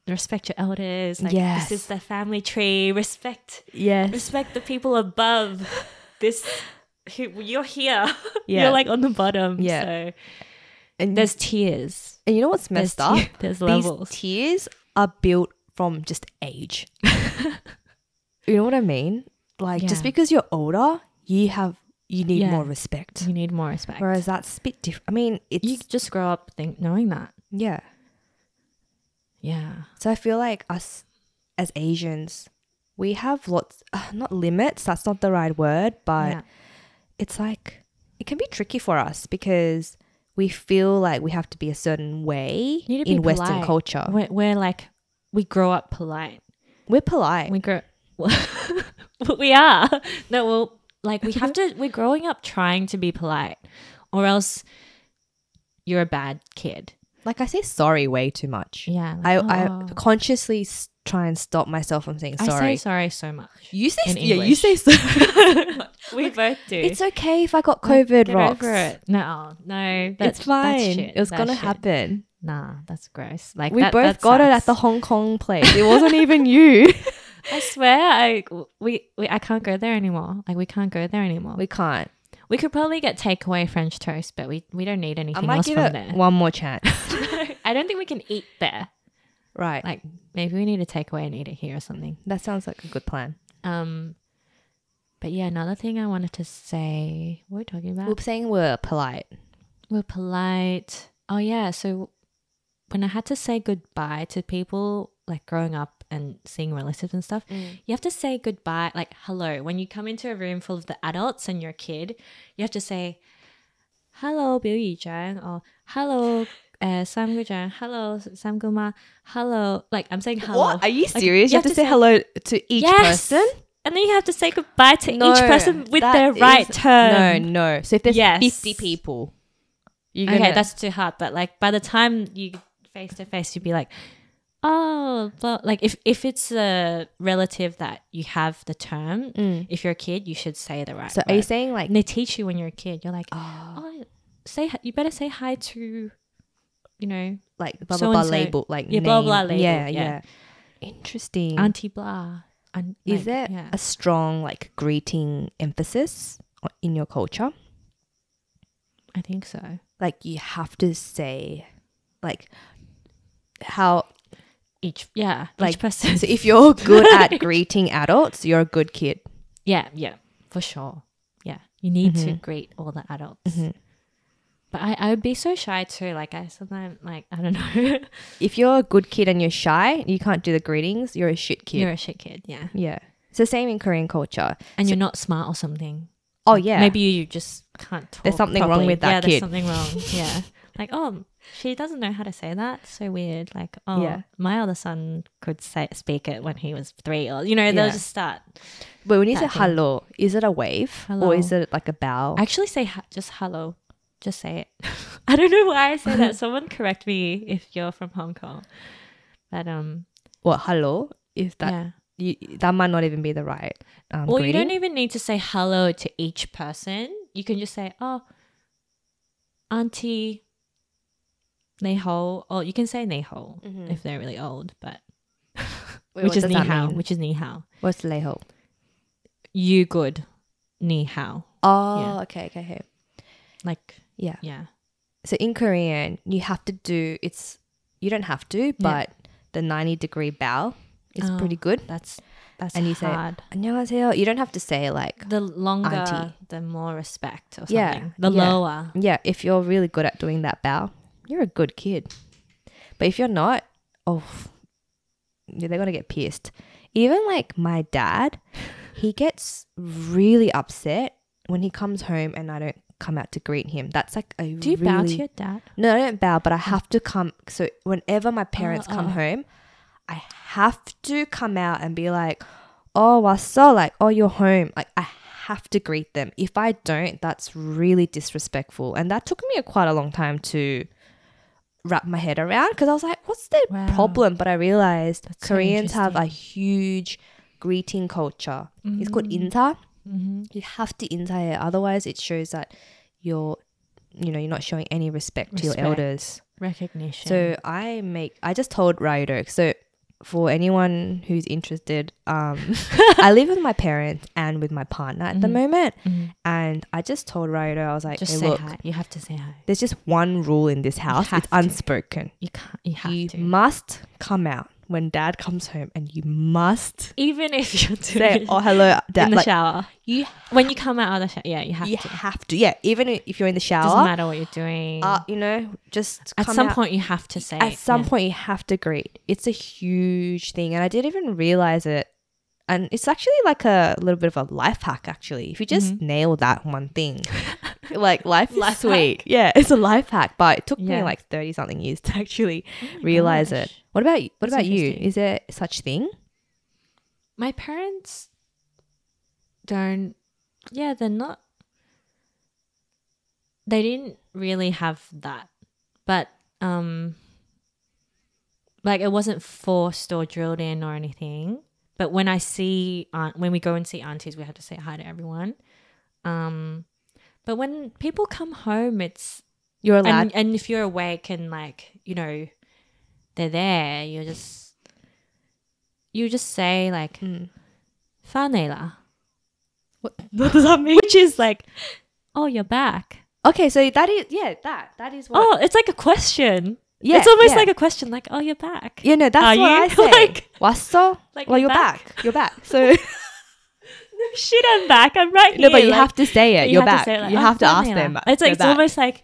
S1: respect your elders like
S3: Yes.
S1: this is the family tree respect
S3: Yes.
S1: respect the people above this who, you're here
S3: Yeah.
S1: you're like on the bottom
S3: Yeah.
S1: so
S3: And
S1: there's tiers
S3: and you know what's
S1: there's,
S3: messed up?
S1: tier- there's
S3: These
S1: levels
S3: tiers are built from just age. you know what I mean? Like just
S1: Yeah.
S3: because you're older, you have you need
S1: Yeah.
S3: more respect.
S1: you need more respect
S3: Whereas that's a bit different. I mean, it's
S1: you just grow up think knowing that
S3: yeah.
S1: yeah
S3: So I feel like us as Asians, we have lots uh, not limits. That's not the right word, but
S1: yeah
S3: it's like it can be tricky for us because we feel like we have to be a certain way
S1: You need to be
S3: in Western
S1: polite.
S3: culture. We're,
S1: we're, we're like we grow up polite
S3: polite.
S1: we grow we are no well like we have to we're growing up trying to be polite or else you're a bad kid
S3: like I say sorry way too much.
S1: yeah like,
S3: I,
S1: "Oh."
S3: I consciously s- try and stop myself from saying sorry.
S1: I say sorry so much.
S3: you say
S1: in
S3: yeah, you
S1: English.
S3: say sorry.
S1: We both do.
S3: it's okay if I got COVID,
S1: Get
S3: Rox.
S1: over it. No, no, that-
S3: It's fine.
S1: That's shit.
S3: It was
S1: That's
S3: gonna
S1: shit.
S3: happen.
S1: Nah, that's gross. Like
S3: We
S1: that-
S3: both
S1: that
S3: got it at the
S1: sucks.
S3: Hong Kong place. It wasn't even you.
S1: I swear, I we, we I can't go there anymore. Like we can't go there anymore. We,
S3: We can't.
S1: we could probably get takeaway French toast, but we we don't need
S3: I
S1: anything
S3: might
S1: else
S3: give
S1: from
S3: it
S1: there.
S3: one more chance.
S1: I don't think we can eat there.
S3: right.
S1: Like maybe we need a takeaway and eat it here or something.
S3: that sounds like a good plan.
S1: Um, but yeah, another thing I wanted to say. What are we talking about?
S3: We're saying we're polite.
S1: We're polite. Oh yeah, so when I had to say goodbye to people like growing up and seeing relatives and stuff, you have to say goodbye like hello. When you come into a room full of the adults and you're a kid, you have to say hello Biu Yi Zhang or hello uh, Sam Gu Zhang, hello Sam Gu Ma, hello. Like I'm saying hello.
S3: What? Are you serious?
S1: you
S3: you,
S1: have
S3: have,
S1: to
S3: to say,
S1: say-
S3: hello to each
S1: Yes!
S3: person?
S1: And then you have to say goodbye to
S3: No,
S1: each person with
S3: that
S1: their right
S3: is-
S1: turn.
S3: No, no. So if there's
S1: Yes.
S3: 50 people, you're
S1: okay,
S3: gonna-
S1: that's too hard. But like by the time you face to face, you'd be like, oh, but like if if it's a relative that you have the term, if you're a kid, you should say the right.
S3: Mm. So are you
S1: word.
S3: saying like
S1: And they teach you when you're a kid. You're like,
S3: oh,
S1: oh, say hi- you better say hi to, you know,
S3: like blah
S1: so
S3: blah blah
S1: and so-
S3: label like
S1: Yeah, blah,
S3: name.
S1: blah label,
S3: Yeah,
S1: yeah.
S3: yeah. Interesting.
S1: auntie blah. And
S3: Mm.
S1: like,
S3: Is there
S1: Yeah.
S3: a strong like greeting emphasis o- in your culture?
S1: I think so.
S3: Like you have to say, like how
S1: Each yeah, each
S3: Like,
S1: person.
S3: so if you're good at greeting adults, you're a good kid.
S1: yeah, yeah, for sure. Yeah, you need
S3: Mm-hmm.
S1: to greet all the adults. But I, I would be so shy too. Like I sometimes like I don't know.
S3: If you're a good kid and you're shy, you can't do the greetings. You're a shit kid.
S1: you're a shit kid. Yeah,
S3: yeah. It's the same in Korean culture.
S1: and you're not smart or something.
S3: Oh yeah.
S1: Maybe you just can't talk.
S3: There's something wrong
S1: properly.
S3: with that
S1: yeah,
S3: kid.
S1: There's something wrong. Yeah. Like, oh, she doesn't know how to say that. So weird. Like, oh,
S3: Yeah.
S1: my other son could say, speak it when he was three, or you know, they'll
S3: Yeah.
S1: just start.
S3: But when you say
S1: that thing.
S3: hello, is it a wave
S1: Hello.
S3: or is it like a bow?
S1: Actually, say ha- just hello. Just say it. I don't know why I say that. Someone correct me if you're from Hong Kong. But um,
S3: Well, hello is that
S1: yeah.
S3: you, that might not even be the right um,
S1: Well, you
S3: greeting.
S1: don't even need to say hello to each person. You can just say, oh, auntie, nei hao. Or you can say nei hao
S3: Mhm.
S1: if they're really old, but which
S3: Wait, what
S1: is
S3: does
S1: ni
S3: that
S1: hao,
S3: mean?
S1: which is ni hao.
S3: What's leho?
S1: You good, ni hao.
S3: Oh,
S1: Yeah.
S3: okay, okay, okay.
S1: Like,
S3: Yeah.
S1: yeah.
S3: So in Korean, you have to do it's you don't have to, but the 90 degree bow is
S1: Oh.
S3: pretty good.
S1: That's that's
S3: And you say-
S1: hard.
S3: 안녕하세요. You don't have to say like
S1: the longer,
S3: auntie.
S1: the more respect or something.
S3: Yeah,
S1: The
S3: yeah.
S1: lower.
S3: yeah, if you're really good at doing that bow, you're a good kid. But if you're not, oh, yeah, they're gonna get pissed. Even like my dad, he gets really upset when he comes home and I don't come out to greet him. That's like a
S1: Do you
S3: really,
S1: bow to your dad?
S3: No, I don't bow, but I have to come. So whenever my parents
S1: Oh,
S3: come
S1: oh.
S3: home, I have to come out and be like, "Oh, I saw like, oh, you're home." Like I have to greet them. If I don't, that's really disrespectful, and that took me a quite a long time to wrap my head around because I was like, "What's the
S1: Wow.
S3: problem?" But I realized
S1: That's so
S3: Koreans have a huge greeting culture. It's called inta.
S1: Mm-hmm.
S3: You have to inta, otherwise it shows that you're, you know, you're not showing any respect, to
S1: Respect.
S3: your elders.
S1: Recognition.
S3: So I make I just told Ryodok. So for anyone who's interested, um, I live with my parents and with my partner at the
S1: Mhm.
S3: moment,
S1: Mhm.
S3: and I just told Ryodok I was like,
S1: just
S3: "Hey,
S1: say
S3: look,
S1: hi. You have to say hi.
S3: there's just one rule in this house.
S1: have
S3: It's
S1: to.
S3: unspoken.
S1: You can't. You have
S3: You
S1: to.
S3: must come out when Dad comes home, and you must
S1: Even if you're doing
S3: say, "Oh, hello, Dad."
S1: in the
S3: like,
S1: shower.
S3: you
S1: When you come out of the shower, yeah, you have
S3: you
S1: to.
S3: have to, yeah. Even i- if you're in the
S1: Doesn't
S3: shower,
S1: matter what you're doing.
S3: uh, you know, just
S1: At
S3: come
S1: some
S3: out.
S1: point, you have to say.
S3: at some
S1: yeah.
S3: point you have to greet. It's a huge thing, and I didn't even realize it. And it's actually like a little bit of a life hack, actually. If you just nail that one thing, like life is
S1: Mm-hmm. Life
S3: sweet. Yeah, it's a life hack, but it took
S1: Yeah. Oh
S3: me like thirty something years to actually
S1: my
S3: realize it.
S1: gosh.
S3: What about you? What
S1: That's
S3: about you?
S1: interesting.
S3: Is there such thing?
S1: my parents don't yeah they're not they didn't really have that but um like it wasn't forced or drilled in or anything but when i see aunt when we go and see aunties we have to say hi to everyone um but when people come home it's
S3: You're allowed.
S1: and, and if you're awake and like you know they're there you're just you just say like
S3: Mm.
S1: Fanela.
S3: what, what does that mean? Which is like
S1: Oh, you're back.
S3: okay, so that is yeah, that that is what.
S1: Oh, it's like a question.
S3: yeah,
S1: it's almost
S3: yeah.
S1: like a question, like, oh, you're back.
S3: you know
S1: Are
S3: that's what
S1: you?
S3: I say.
S1: Like-
S3: Wasso?
S1: Like,
S3: well,
S1: you're
S3: you're
S1: back.
S3: back. You're back. So.
S1: Shit, I'm back. I'm right here.
S3: No, but you
S1: Like,
S3: have to say
S1: but
S3: it. You are
S1: have to
S3: back.
S1: say, like,
S3: you
S1: "Oh,
S3: have to ask
S1: Fanela."
S3: them. but
S1: It's like,
S3: you're
S1: it's
S3: back.
S1: almost like,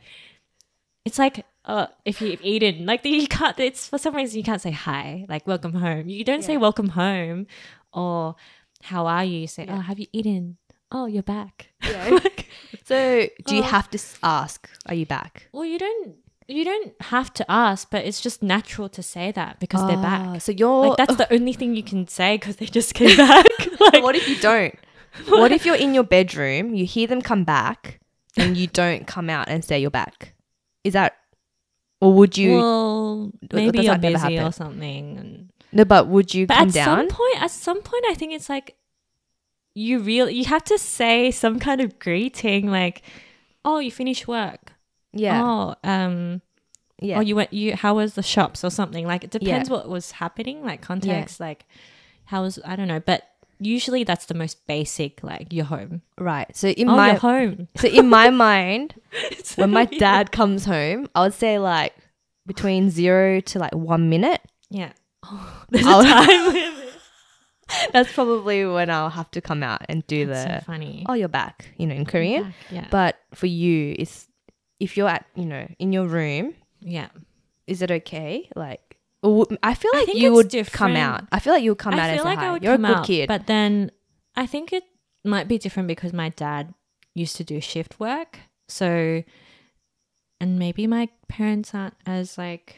S1: it's like, uh, if you've eaten, like, you can't, it's for some reason you can't say hi, like, welcome home. You don't say
S3: Yeah.
S1: welcome home or how are you. You say,
S3: Yeah.
S1: oh, have you eaten? Oh, you're back.
S3: Yeah.
S1: Like,
S3: So, do you
S1: Oh.
S3: have to s- ask? Are you back?
S1: well, you don't, you don't have to ask, but it's just natural to say that because they're back.
S3: So you're.
S1: Like that's the only thing you can say because they just came back. like,
S3: uh, what if you don't? what if you're in your bedroom, you hear them come back, and you don't come out and say you're back? Is that, or would you?
S1: well, maybe
S3: does
S1: you're
S3: that never
S1: busy or
S3: happen?
S1: something. And,
S3: no, but would you
S1: but
S3: come
S1: at
S3: down?
S1: some point, at some point, I think it's like you real you have to say some kind of greeting, like, "Oh, you finished work."
S3: yeah,
S1: Oh, um,
S3: yeah.
S1: or you went. You how was the shops or something? Like it depends what was happening, like context, like how was I don't know, but usually that's the most basic, like you're home.
S3: right. So in
S1: oh,
S3: my
S1: you're home.
S3: so in my mind,
S1: It's
S3: when my
S1: weird.
S3: dad comes home, I would say like between zero to like one minute.
S1: Yeah. there's
S3: I'll-
S1: a time limit.
S3: That's probably when I'll have to come out and do
S1: That's
S3: the
S1: so funny.
S3: oh you're back, you know, in Korean.
S1: Back, Yeah.
S3: But for you, it's if you're at you know in your room,
S1: yeah.
S3: is it okay? Like or would- I feel
S1: I
S3: like
S1: think
S3: you
S1: it's
S3: would come
S1: different.
S3: out. I feel like you would come out
S1: I
S3: and
S1: feel
S3: say
S1: like
S3: hi.
S1: I would
S3: you're
S1: come
S3: a good
S1: out,
S3: kid.
S1: but then I think it might be different because my dad used to do shift work, so and maybe my parents aren't as like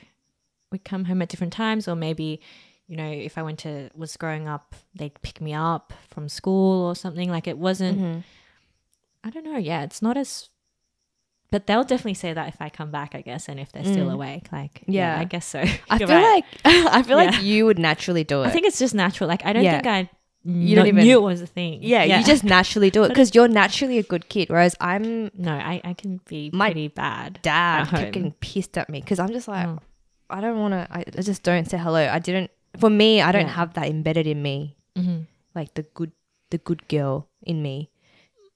S1: we come home at different times, or maybe you know if I went to was growing up, they'd pick me up from school or something. Like it wasn't.
S3: Mhm.
S1: I don't know. Yeah, it's not as. But they'll definitely say that if I come back, I guess, and if they're still
S3: Mm.
S1: awake, like yeah,
S3: Yeah.
S1: I guess so.
S3: I
S1: You're
S3: feel
S1: right.
S3: like I feel
S1: Yeah.
S3: like you would naturally do it.
S1: I think it's just natural. Like I don't
S3: Yeah.
S1: think I
S3: You
S1: not
S3: don't even-
S1: knew it was a thing.
S3: yeah, you just naturally do it because you're naturally a good kid, whereas I'm
S1: no. I, I can be
S3: My
S1: pretty bad.
S3: dad
S1: At home.
S3: kept getting pissed at me because I'm just like
S1: Oh.
S3: I don't want to. I, I just don't say hello. I didn't. For me, I don't
S1: Yeah.
S3: have that embedded in me,
S1: Mhm.
S3: like the good the good girl in me.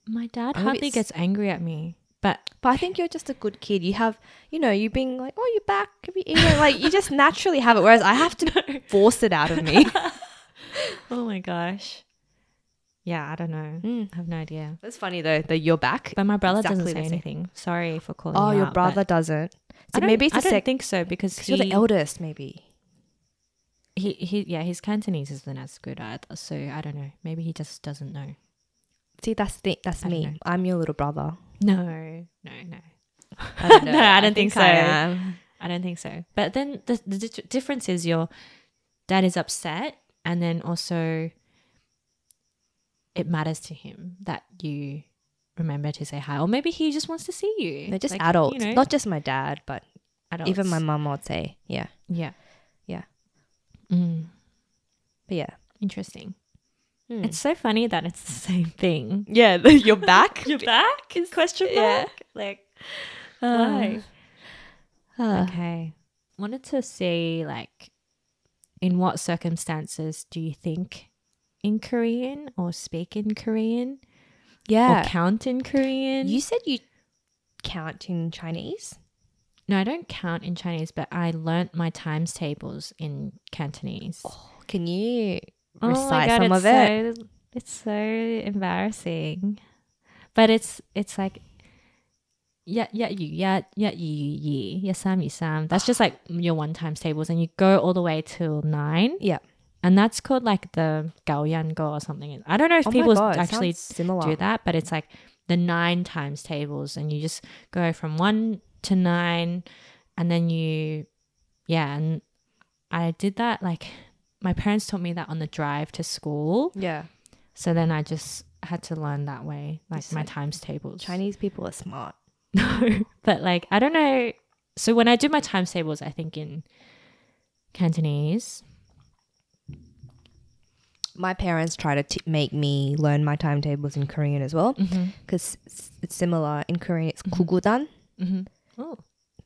S1: My dad
S3: I'm a
S1: hardly
S3: bit
S1: gets angry at me, but
S3: But I think you're just a good kid. You have, you know, you being like, oh, you're back. Have you eaten? Like, you just naturally have it. Whereas I have to force it out of me.
S1: oh my gosh, yeah, I don't know.
S3: Mm.
S1: I have no idea.
S3: That's funny, though, that you're back.
S1: But my brother
S3: Exactly
S1: doesn't
S3: the
S1: say
S3: same.
S1: anything. Sorry for calling.
S3: oh,
S1: you
S3: your
S1: out, but
S3: brother doesn't.
S1: I
S3: So
S1: don't-
S3: maybe it's
S1: I
S3: a
S1: don't
S3: sec-
S1: think so because
S3: Because
S1: he,
S3: you're the eldest, maybe.
S1: he, he, yeah, his Cantonese isn't as good either. So I don't know. Maybe he just doesn't know.
S3: See, that's the, that's
S1: I don't
S3: me.
S1: know.
S3: I'm your little brother.
S1: No, no, no.
S3: I don't know.
S1: No, I don't think so.
S3: I am.
S1: I don't think so. But then the, the di- difference is your dad is upset, and then also it matters to him that you remember to say hi, or maybe he just wants to see you.
S3: They're just
S1: Like,
S3: adults.
S1: you know,
S3: Not just my dad, but
S1: adults.
S3: even my mum would say, yeah.
S1: yeah,
S3: Yeah.
S1: Mm,
S3: But yeah.
S1: interesting.
S3: Hmm.
S1: It's so funny that it's the same thing.
S3: Yeah, you're back.
S1: You're back? Is question
S3: yeah. Um,
S1: mark? Like
S3: Why?
S1: Okay. Wanted to see like in what circumstances do you think in Korean or speak in Korean or
S3: yeah.
S1: count in Korean?
S3: You said you count in Chinese.
S1: no, I don't count in Chinese, but I learnt my times tables in Cantonese.
S3: Oh, Can you
S1: Oh my
S3: recite
S1: God,
S3: some
S1: it's
S3: of it?
S1: So, it's so embarrassing, but it's it's like yeah yeah you yeah yeah you you yeah sam you sam. That's just like your one times tables, and you go all the way till nine.
S3: Yeah.
S1: and that's called like the Gaoyan Go or something. I don't know if
S3: Oh my
S1: people
S3: God,
S1: actually
S3: sounds similar.
S1: do that, but it's like the nine times tables, and you just go from one to nine, and then you, yeah, and I did that. Like my parents taught me that on the drive to school,
S3: Yeah,
S1: so then I just had to learn that way, like
S3: It's
S1: my
S3: like
S1: times tables.
S3: Chinese people are smart.
S1: no, but like I don't know. So when I do my times tables, I think in Cantonese.
S3: My parents try to t- make me learn my timetables in Korean as well
S1: Mm-hmm.
S3: because it's similar in Korean. It's kugudan.
S1: Mm-hmm. Oh,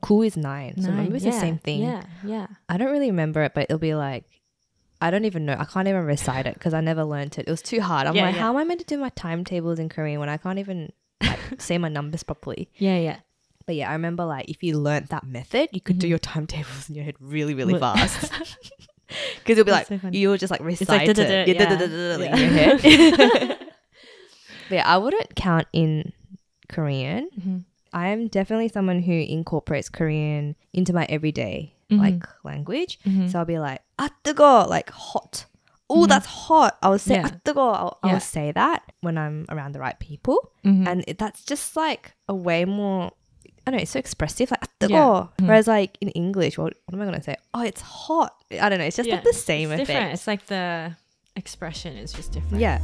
S3: Ku is nine, so
S1: nine,
S3: maybe it's the same thing.
S1: Yeah, yeah.
S3: I don't really remember it, but it'll be like. I don't even know. I can't even recite it because I never learnt it. It was too hard. I'm
S1: Yeah,
S3: like,
S1: yeah.
S3: how am I meant to do my timetables in Korean when I can't even like, say my numbers properly?
S1: Yeah, yeah.
S3: But yeah, I remember like if you learnt that method, you could do your timetables in your head really, really
S1: Well-
S3: fast. Because it'll be like
S1: That's so funny.
S3: you'll just like
S1: It's like
S3: recite
S1: da-da-da,
S3: it yeah,
S1: yeah.
S3: da-da-da-da-da in your
S1: Yeah.
S3: head. but yeah, I wouldn't count in Korean.
S1: Mhm.
S3: I am definitely someone who incorporates Korean into my everyday
S1: Mhm.
S3: like language.
S1: Mhm.
S3: So I'll be like atgo, like hot. Oh, that's hot. I will say
S1: Yeah.
S3: yeah. I'll, I
S1: Yeah.
S3: will say that when I'm around the right people
S1: Mhm.
S3: and it, that's just like a way more I don't know, it's so expressive, like
S1: Yeah.
S3: "Attegor."
S1: Mhm.
S3: Whereas like in English, what, what am I gonna say? Oh, it's hot. I don't know, it's just
S1: Yeah,
S3: not the same
S1: it's different.
S3: effect.
S1: It's like the expression is just different.
S3: Yeah.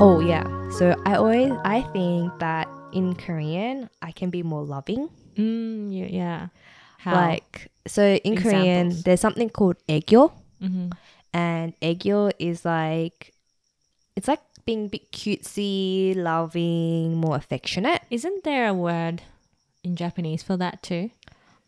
S3: Oh yeah. So I always I think that in Korean I can be more loving.
S1: Mm, yeah. yeah. How?
S3: Like so in Korean
S1: Examples.
S3: there's something called 애교.
S1: Mhm.
S3: and Egyo is like it's like being a bit cutesy, loving, more affectionate.
S1: Isn't there a word in Japanese for that too?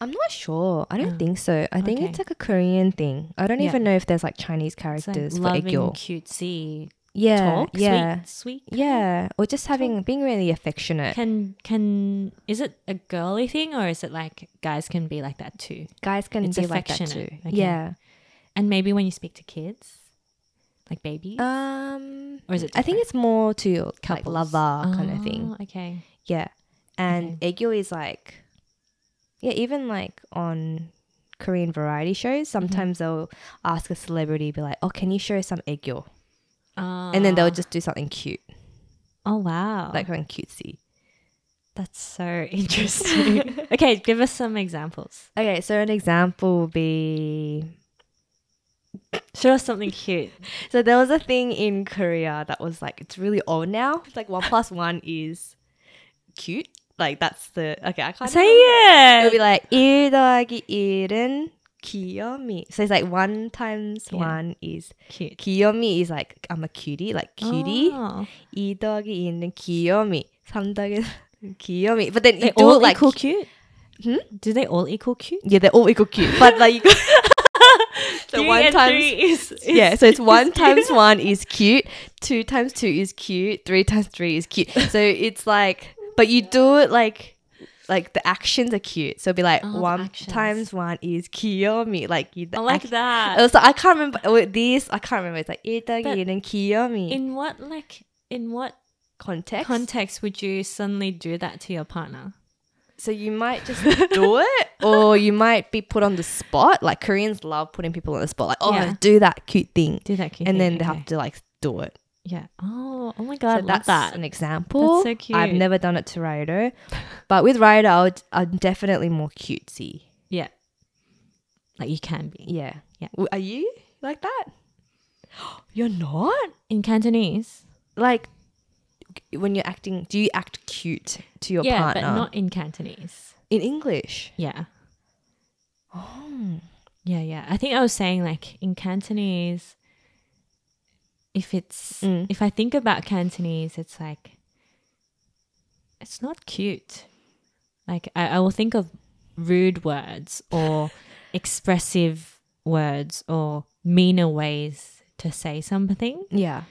S3: I'm not sure. I don't think so. I think it's like a Korean thing. I don't
S1: Oh, Yeah.
S3: even know if there's like Chinese
S1: It's like
S3: characters for
S1: loving,
S3: egyo.
S1: cutesy
S3: Yeah,
S1: talk.
S3: yeah,
S1: Sweet, sweet.
S3: yeah. Or just having being really affectionate.
S1: Can can is it a girly thing or is it like guys can be like that too?
S3: Guys can
S1: It's
S3: be like that too.
S1: affectionate, okay.
S3: Yeah.
S1: And maybe when you speak to kids, like babies,
S3: Um,
S1: or is it?
S3: I think it's more to like
S1: Couples.
S3: lover kind of thing.
S1: Oh, Okay.
S3: Yeah. And Egyo is like, yeah, even like on Korean variety
S1: Mm-hmm.
S3: shows, sometimes they'll ask a celebrity, be like, oh, can you show some Egyo?
S1: Uh,
S3: and then they'll just do something cute,
S1: oh wow,
S3: like something cutesy.
S1: that's so interesting. okay, give us some examples.
S3: Okay, so an example would be
S1: Show us something cute.
S3: so there was a thing in Korea that was like, it's really old now. It's like one plus one is cute. Like that's the, okay, I can't
S1: Say
S3: It'll be
S1: it.
S3: like 1 더하기 1은 귀염이. So it's like 1 times
S1: Yeah.
S3: 1 is
S1: Cute.
S3: 귀염이 is like I'm a cutie, like cutie.
S1: Oh.
S3: 2 더하기 2는 귀염이. 3 더하기 귀염이. But then
S1: They
S3: you do
S1: all
S3: it like
S1: equal cute.
S3: Hmm?
S1: Do they all equal cute?
S3: Yeah, they're all equal cute. But like you got So
S1: Three
S3: one
S1: and
S3: times-
S1: three is, is
S3: Yeah, so it's 1 times 1 is cute, 2 times 2 is cute, 3 times 3 is cute. So it's like but you do it like like the actions are cute. So it'd be like
S1: Oh, the
S3: 1
S1: actions.
S3: times 1 is 귀염이. Like you the
S1: I like
S3: act-
S1: that.
S3: Also, I can't remember with these. I can't remember. It's like 일당이 and 귀염이.
S1: in what like in what
S3: context,
S1: context would you suddenly do that to your partner?
S3: so you might just do it, or you might be put on the spot. Like Koreans love putting people on the spot. Like, oh,
S1: Yeah.
S3: do that cute thing,
S1: Do that cute
S3: and then
S1: thing,
S3: they
S1: okay.
S3: have to like do it.
S1: Yeah. Oh, oh my god,
S3: so
S1: I love
S3: that's
S1: that.
S3: an example.
S1: That's so
S3: I've
S1: cute.
S3: never done it to Raido, but with Raido, I would, I'm definitely more cutesy.
S1: Yeah. Like you can be.
S3: Yeah,
S1: Yeah.
S3: W- Are you like that? You're not
S1: In Cantonese.
S3: like when you're acting. Do you act cute to your
S1: yeah,
S3: partner
S1: but not in Cantonese.
S3: in English?
S1: Yeah.
S3: Oh.
S1: Yeah, yeah. I think I was saying like in Cantonese if it's
S3: Mm.
S1: if I think about Cantonese, it's like it's not cute. Like I, I will think of rude words or expressive words or meaner ways to say something.
S3: Yeah.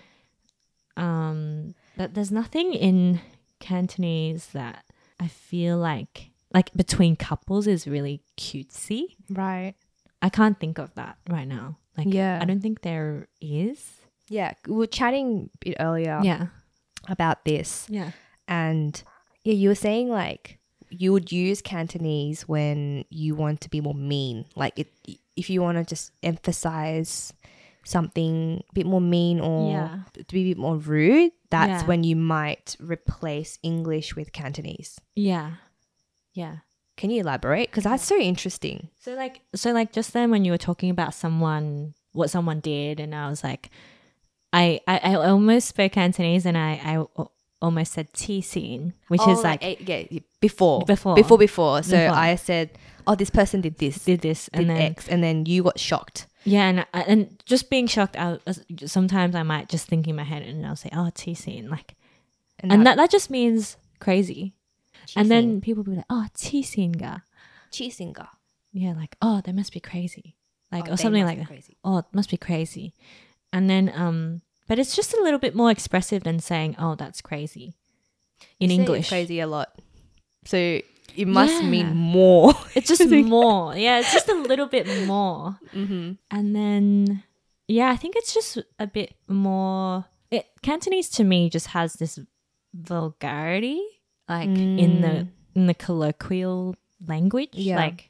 S1: um but there's nothing in cantonese that i feel like like between couples is really cutesy
S3: Right.
S1: i can't think of that right now like
S3: Yeah.
S1: i don't think there is
S3: Yeah. We were chatting a bit earlier
S1: yeah
S3: about this.
S1: yeah
S3: And yeah, you were saying like you would use Cantonese when you want to be more mean. Like it, if you want to just emphasize something a bit more mean or
S1: Yeah.
S3: to be a bit more rude, that's
S1: Yeah.
S3: when you might replace English with Cantonese.
S1: yeah yeah
S3: Can you elaborate? Because that's so interesting.
S1: so like so like just then when you were talking about someone what someone did and i was like i i, I almost spoke cantonese and i i al- almost said tea scene which is Oh, like,
S3: eh, yeah, before,
S1: Before.
S3: before, before. So
S1: Before.
S3: I said, "Oh, this person did this,
S1: did
S3: did
S1: eh, this and then
S3: X," and then you got shocked.
S1: Yeah, and I- and just being shocked. I was, sometimes I might just think in my head, and I'll say, "Oh, tea scene," like, and that that just means crazy. And then people be like, "Oh, tea scene ga,"
S3: cheesinger.
S1: yeah, like, "Oh, they must be crazy," like,
S3: Oh,
S1: or
S3: they
S1: something
S3: must
S1: like
S3: be
S1: that.
S3: crazy.
S1: Oh, it must be crazy. And then, um, but it's just a little bit more expressive than saying, "Oh, that's crazy," in English.
S3: crazy a lot. So it must
S1: Yeah.
S3: mean more.
S1: It's just more. Yeah, it's just a little bit more.
S3: mm-hmm.
S1: And then, yeah, I think it's just a bit more. It Cantonese to me just has this vulgarity, like in the in the colloquial language,
S3: Mm. Yeah.
S1: like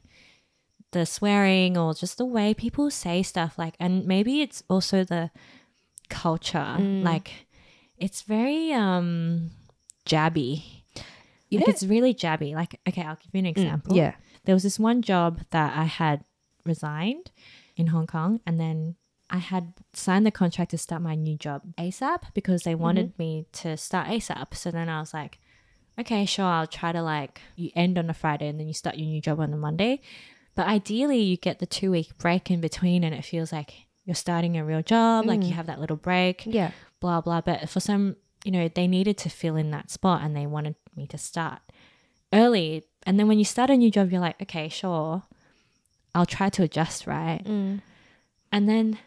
S1: the swearing or just the way people say stuff. Like, and maybe it's also the culture.
S3: Mm.
S1: Like, it's very um jabby.
S3: You
S1: like
S3: know- Mm,
S1: it's really jabby. Like, okay, I'll give you an example
S3: Yeah.
S1: there was this one job that I had resigned in Hong Kong and then I had signed the contract to start my new job ASAP because they wanted me to start ASAP. So then I was like, okay, sure, I'll try to like you end on a Friday and then you start your new job on a Monday. But ideally, you get the two week break in between and it feels like you're starting a real job, like you have that little break
S3: Yeah.
S1: blah blah but for some you know they needed to fill in that spot and they wanted me to start early. And then when you start a new job, you're like, okay, sure, I'll try to adjust, right?
S3: Mm.
S1: And then,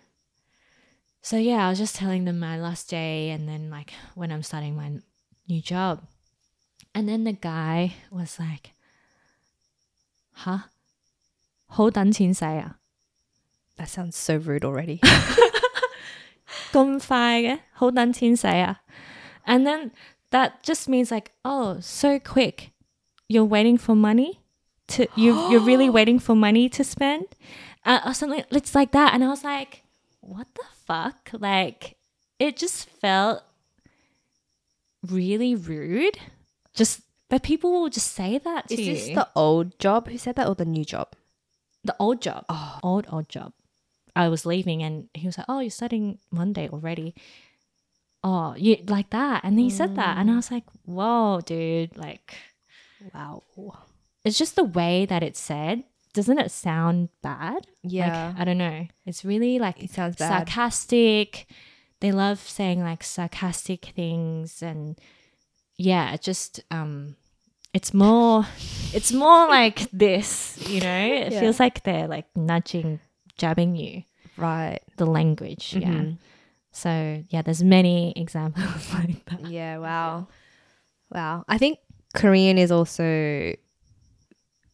S1: so yeah, I was just telling them my last day and then like when I'm starting my n- new job. And then the guy was like, huh? 好等錢使啊？
S3: That sounds so rude already.
S1: 咁快嘅，好等錢使啊！And then that just means like, oh, so quick. You're waiting for money to you. You're really waiting for money to spend, uh, or something. It's like that. And I was like, what the fuck? Like, it just felt really rude. Just, but people will just say that to
S3: Is
S1: you.
S3: this the old job? Who said that or the new job?
S1: the old job, old old job. I was leaving, and he was like, "Oh, you're starting Monday already." Oh, you like that? And he said that, and I was like, "Whoa, dude! Like,
S3: Wow.
S1: it's just the way that it's said. Doesn't it sound bad?
S3: Yeah.
S1: Like, I don't know. It's really like
S3: it sounds bad.
S1: sarcastic. They love saying like sarcastic things, and yeah, it just um, it's more, it's more like this, you know. It
S3: Yeah.
S1: feels like they're like nudging, jabbing you
S3: right.
S1: the language.
S3: Mm-hmm.
S1: Yeah. So yeah, there's many examples like that.
S3: Yeah, wow. Wow. I think Korean is also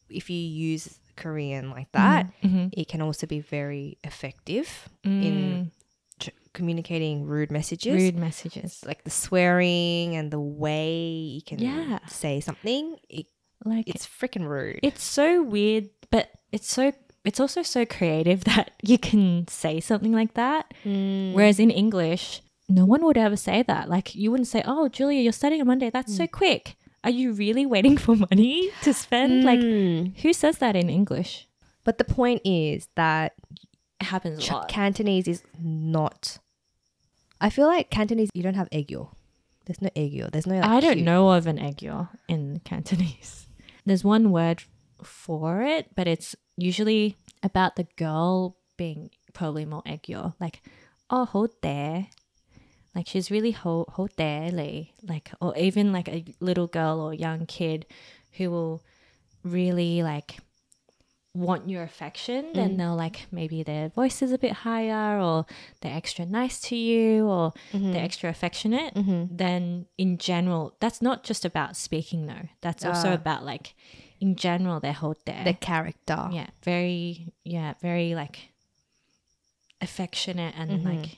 S3: if you use Korean like that,
S1: Mhm.
S3: it can also be very effective in tr- communicating rude messages.
S1: Mm-hmm. Rude messages
S3: Like the swearing and the way you can
S1: Yeah.
S3: say something, it,
S1: like
S3: it's freaking rude.
S1: It's so weird, but it's so it's also so creative that you can say something like that.
S3: Mm.
S1: Whereas in English, no one would ever say that. Like you wouldn't say, "Oh, Julia, you're studying on Monday. That's so quick. Are you really waiting for money to spend?"
S3: Mm.
S1: Like who says that in English?
S3: but the point is that
S1: It happens a
S3: Ch-
S1: lot.
S3: Cantonese is not. I feel like Cantonese, you don't have egyo. There's no egyo. There's no. Like,
S1: I don't
S3: cute-
S1: know of an egyo in Cantonese. There's one word for it, but it's usually about the girl being probably more egyo. Like, oh, hold there. Like, she's really hold, hold there. Like, or even like a little girl or young kid who will really like want your affection and they'll like maybe their voice is a bit higher or they're extra nice to you or they're extra affectionate
S3: Mm-hmm.
S1: then in general that's not just about speaking though that's also about like in general their whole day
S3: the character.
S1: yeah very yeah very like affectionate and like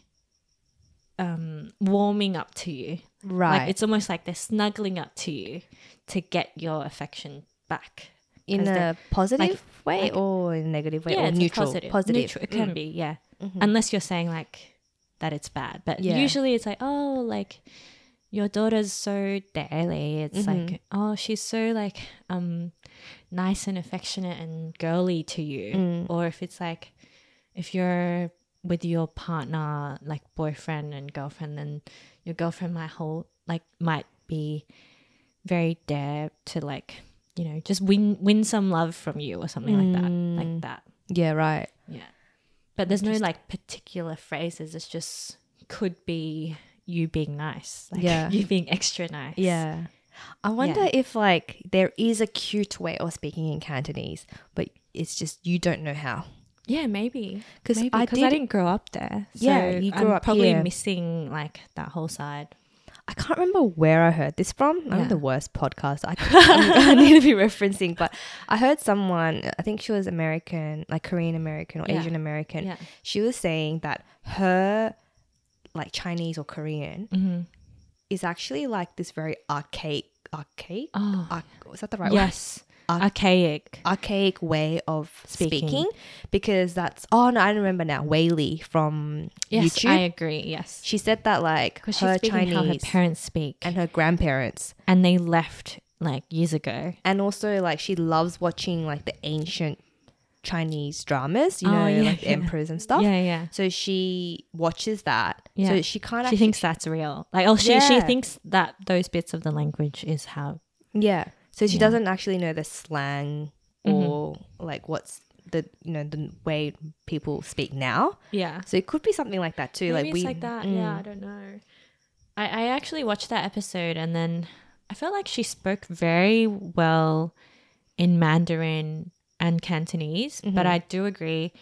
S1: um warming up to you
S3: Right.
S1: like it's almost like they're snuggling up to you to get your affection back
S3: in
S1: as
S3: a
S1: the-
S3: positive way
S1: like-
S3: or in a negative way or
S1: it's a
S3: neutral.
S1: positive.
S3: positive. Mm.
S1: Neutral, It can be, yeah. Unless you're saying like that it's bad, but
S3: Mm-hmm. Yeah.
S1: usually it's like, oh, like your daughter's so daily. It's like, oh, she's so like um nice and affectionate and girly to you.
S3: Mm-hmm. Mm.
S1: Or if it's like, if you're with your partner, like boyfriend and girlfriend, then your girlfriend might hold like might be very dare to like you know just win win some love from you or something like that like that
S3: Yeah. Right.
S1: yeah but there's no like particular phrases it's just could be you being nice like
S3: Yeah.
S1: you being extra nice
S3: Yeah. I wonder if like there is a cute way of speaking in Cantonese, but it's just you don't know how.
S1: yeah maybe
S3: 'Cause
S1: Maybe,
S3: I did-
S1: didn't grow up there so
S3: Yeah, you grew
S1: I'm
S3: up
S1: probably
S3: here.
S1: missing like that whole side
S3: I can't remember where I heard this from. I'm
S1: Yeah.
S3: the worst podcast. I, I need to be referencing, but I heard someone, I think she was American, like Korean American or
S1: Yeah.
S3: Asian American.
S1: Yeah.
S3: She was saying that her, like Chinese or Korean,
S1: Mm-hmm.
S3: is actually like this very archaic, archaic?
S1: oh
S3: Arch- is that the right word?
S1: yes
S3: Arch-
S1: archaic
S3: Archaic way of speaking.
S1: Speaking.
S3: because that's, oh no, I remember now, Whaley from
S1: yes
S3: YouTube.
S1: I agree yes
S3: she said that like
S1: because she's
S3: her
S1: speaking
S3: Chinese
S1: how her parents speak
S3: and her grandparents
S1: and they left like years ago
S3: and also like she loves watching like the ancient Chinese dramas, you
S1: Oh,
S3: know,
S1: yeah,
S3: like the
S1: yeah.
S3: emperors and stuff.
S1: Yeah, yeah.
S3: So she watches that.
S1: Yeah.
S3: So she
S1: She
S3: can't actually
S1: thinks that's real. Like, oh, she, she
S3: Yeah.
S1: thinks that those bits of the language is how.
S3: Yeah. So she doesn't actually know the slang
S1: Mm-hmm.
S3: or like what's the you know, the way people speak now.
S1: Yeah.
S3: So it could be something like that too.
S1: Maybe
S3: like
S1: it's
S3: we mm.
S1: like that. Yeah, I don't know. I, I actually watched that episode and then I felt like she spoke very well in Mandarin and Cantonese, but I do agree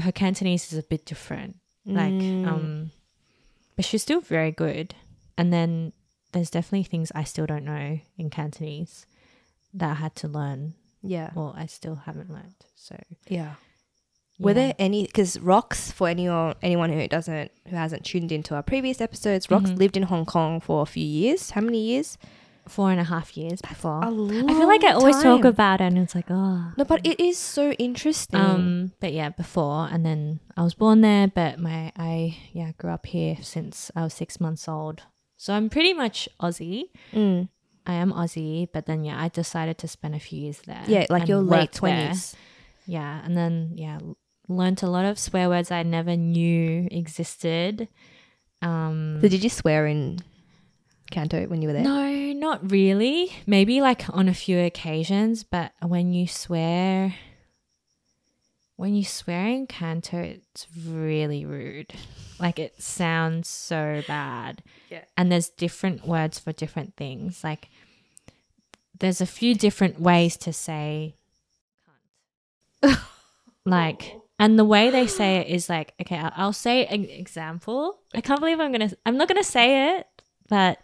S1: her Cantonese is a bit different. Like, um, but she's still very good. And then there's definitely things I still don't know in Cantonese that I had to learn.
S3: Yeah.
S1: Well, I still haven't learned. So
S3: Yeah. Were
S1: yeah.
S3: there any because Rox for anyone anyone who doesn't who hasn't tuned into our previous episodes, Rox
S1: Mm-hmm.
S3: lived in Hong Kong for a few years. How many years?
S1: four and a half years before?
S3: long
S1: I feel like I always talk
S3: time.
S1: about it and it's like, oh.
S3: No, but it is so interesting.
S1: Um, but yeah, before and then I was born there, but my I yeah grew up here since I was six months old. So I'm pretty much Aussie.
S3: Mm.
S1: I am Aussie, but then yeah, I decided to spend a few years there.
S3: Yeah, like
S1: and
S3: your late
S1: worked there.
S3: twenties.
S1: Yeah, and then yeah, learnt a lot of swear words I never knew existed. Um,
S3: So did you swear in Canto when you were there?
S1: no, not really. Maybe like on a few occasions, but when you swear, when you swear in Canto, it's really rude. Like it sounds so bad.
S3: Yeah.
S1: And there's different words for different things. Like there's a few different ways to say cunt. like, and the way they say it is like, okay, I'll, I'll say an example. I can't believe I'm gonna, I'm not gonna say it, but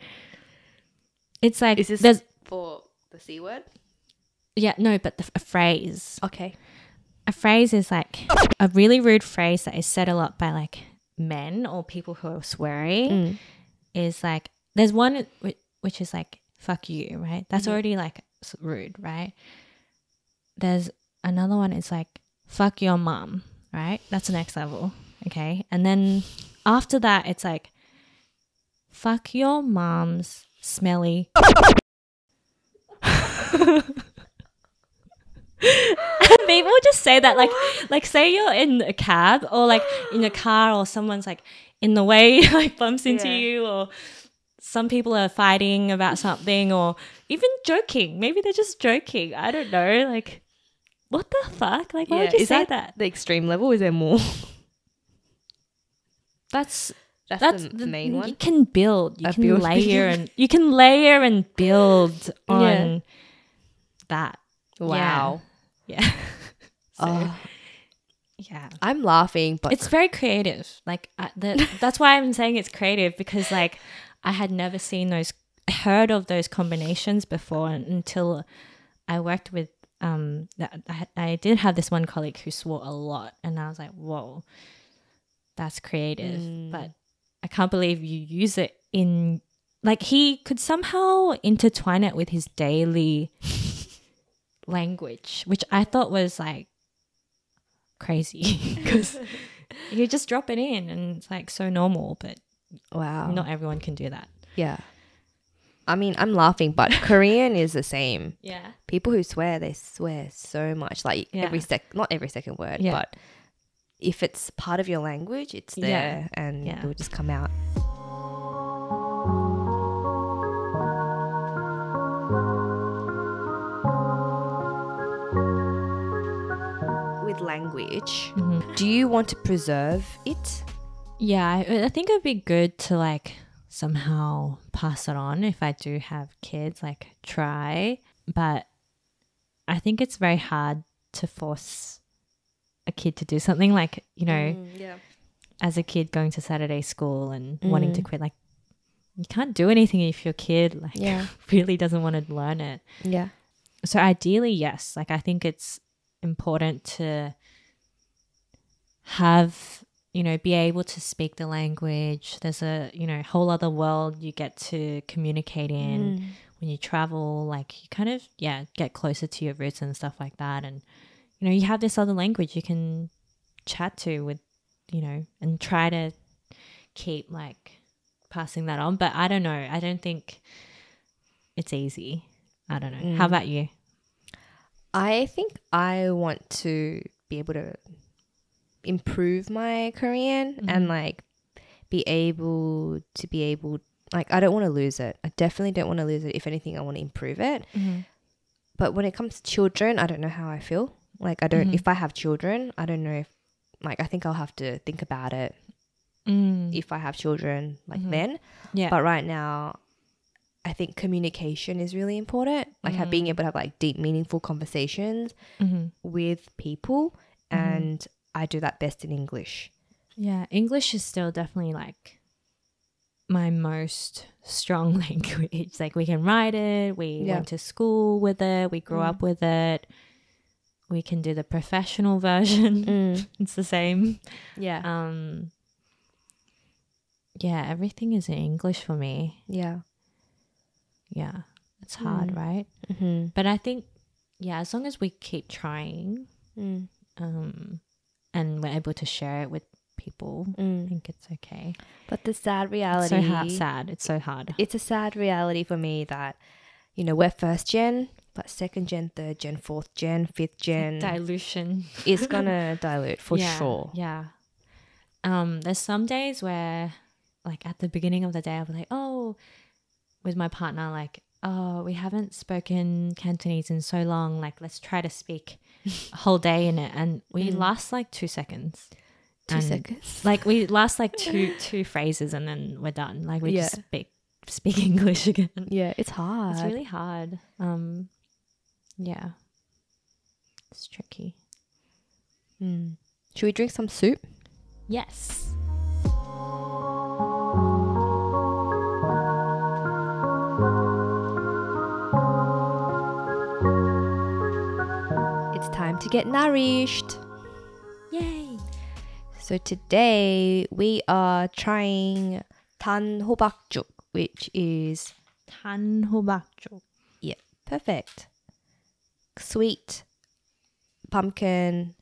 S1: it's like
S3: Is this-
S1: there's
S3: For the C word?
S1: yeah no, but the, a phrase.
S3: Okay.
S1: A phrase is like a really rude phrase that is said a lot by like men or people who are swearing.
S3: Mm.
S1: Is like there's one whi- which is like fuck you, right? That's already like s- rude, right? There's another one. It's like fuck your mom, right? That's the next level, okay? And then after that, it's like fuck your mom's smelly. People just say that like like say you're in a cab or like in a car or someone's like in the way like bumps into
S3: Yeah.
S1: you or some people are fighting about something or even joking. Maybe they're just joking. I don't know. Like what the fuck? Like why would you
S3: is
S1: say
S3: that,
S1: that?
S3: the extreme level? Is there more?
S1: That's
S3: That's, the,
S1: the-
S3: main
S1: You
S3: one.
S1: can build. You
S3: A
S1: can
S3: build-
S1: layer and you can layer and build on that.
S3: Wow.
S1: Yeah. So,
S3: Oh,
S1: yeah.
S3: I'm laughing, but
S1: It's very creative. Like I, the, that's why I'm saying it's creative because like I had never seen those heard of those combinations before un- until I worked with um th- I, had- I did have this one colleague who swore a lot and I was like, "Whoa. That's creative." But I can't believe you use it in like he could somehow intertwine it with his daily language, which I thought was like crazy because you just drop it in and it's like so normal, but
S3: wow.
S1: not everyone can do that.
S3: Yeah. I mean, I'm laughing, but Korean is the same.
S1: Yeah.
S3: People who swear, they swear so much. Like
S1: Yeah.
S3: every sec, not every second word,
S1: Yeah.
S3: but if it's part of your language, it's
S1: Yeah.
S3: there and
S1: Yeah.
S3: it'll just come out. With language,
S1: Mm-hmm.
S3: do you want to preserve it?
S1: Yeah, I, I think it'd be good to like somehow pass it on if I do have kids, like try. But I think it's very hard to force a kid to do something like, you know,
S3: yeah.
S1: as a kid going to Saturday school and wanting to quit, like you can't do anything if your kid like
S3: Yeah.
S1: really doesn't want to learn it.
S3: Yeah.
S1: So ideally, yes. Like I think it's important to have you know be able to speak the language. There's a you know whole other world you get to communicate
S3: Mm.
S1: in when you travel. Like you kind of yeah get closer to your roots and stuff like that. And you know you have this other language you can chat to with you know and try to keep like passing that on. But I don't know. I don't think it's easy. I don't know. How about you?
S3: I think I want to be able to improve my Korean and like be able to be able like I don't want to lose it. I definitely don't want to lose it. If anything, I want to improve it.
S1: Mm-hmm.
S3: But when it comes to children, I don't know how I feel. Like I don't if I have children, I don't know if like I think I'll have to think about it
S1: Mm.
S3: if I have children like then.
S1: Yeah.
S3: But right now I think communication is really important. Like have being able to have like deep, meaningful conversations
S1: hmm
S3: with people, and I do that best in English.
S1: Yeah, English is still definitely like my most strong language. Like we can write it, we
S3: Yeah.
S1: went to school with it, we grew up with it. We can do the professional version. it's the same.
S3: Mm. Yeah,
S1: Um Yeah, everything is in English for me.
S3: yeah.
S1: Yeah. It's hard, right?
S3: Mm-hmm.
S1: But I think yeah, as long as we keep trying,
S3: Mm.
S1: um and we're able to share it with people, I
S3: Mm.
S1: think it's okay.
S3: But the sad reality,
S1: so hard, sad. It's so hard.
S3: it's a sad reality for me that you know we're first gen, but second gen, third gen, fourth gen, fifth gen
S1: Dilution
S3: is gonna dilute for
S1: Yeah,
S3: sure.
S1: Yeah. Um, there's some days where, like at the beginning of the day, I'll be like, oh, with my partner, like, oh, we haven't spoken Cantonese in so long. Like, let's try to speak a whole day in it, and we last like two Mm. seconds. And,
S3: seconds.
S1: Like we last like two two phrases, and then we're done. Like we just
S3: Yeah.
S1: speak speak English again.
S3: Yeah, it's hard.
S1: It's really hard. Um, yeah, it's tricky.
S3: Mm. Should we drink some soup?
S1: Yes.
S3: It's time to get nourished.
S1: Yay.
S3: So today we are trying tan hobakjuk, which is
S1: 단호박죽.
S3: yeah, perfect. Sweet pumpkin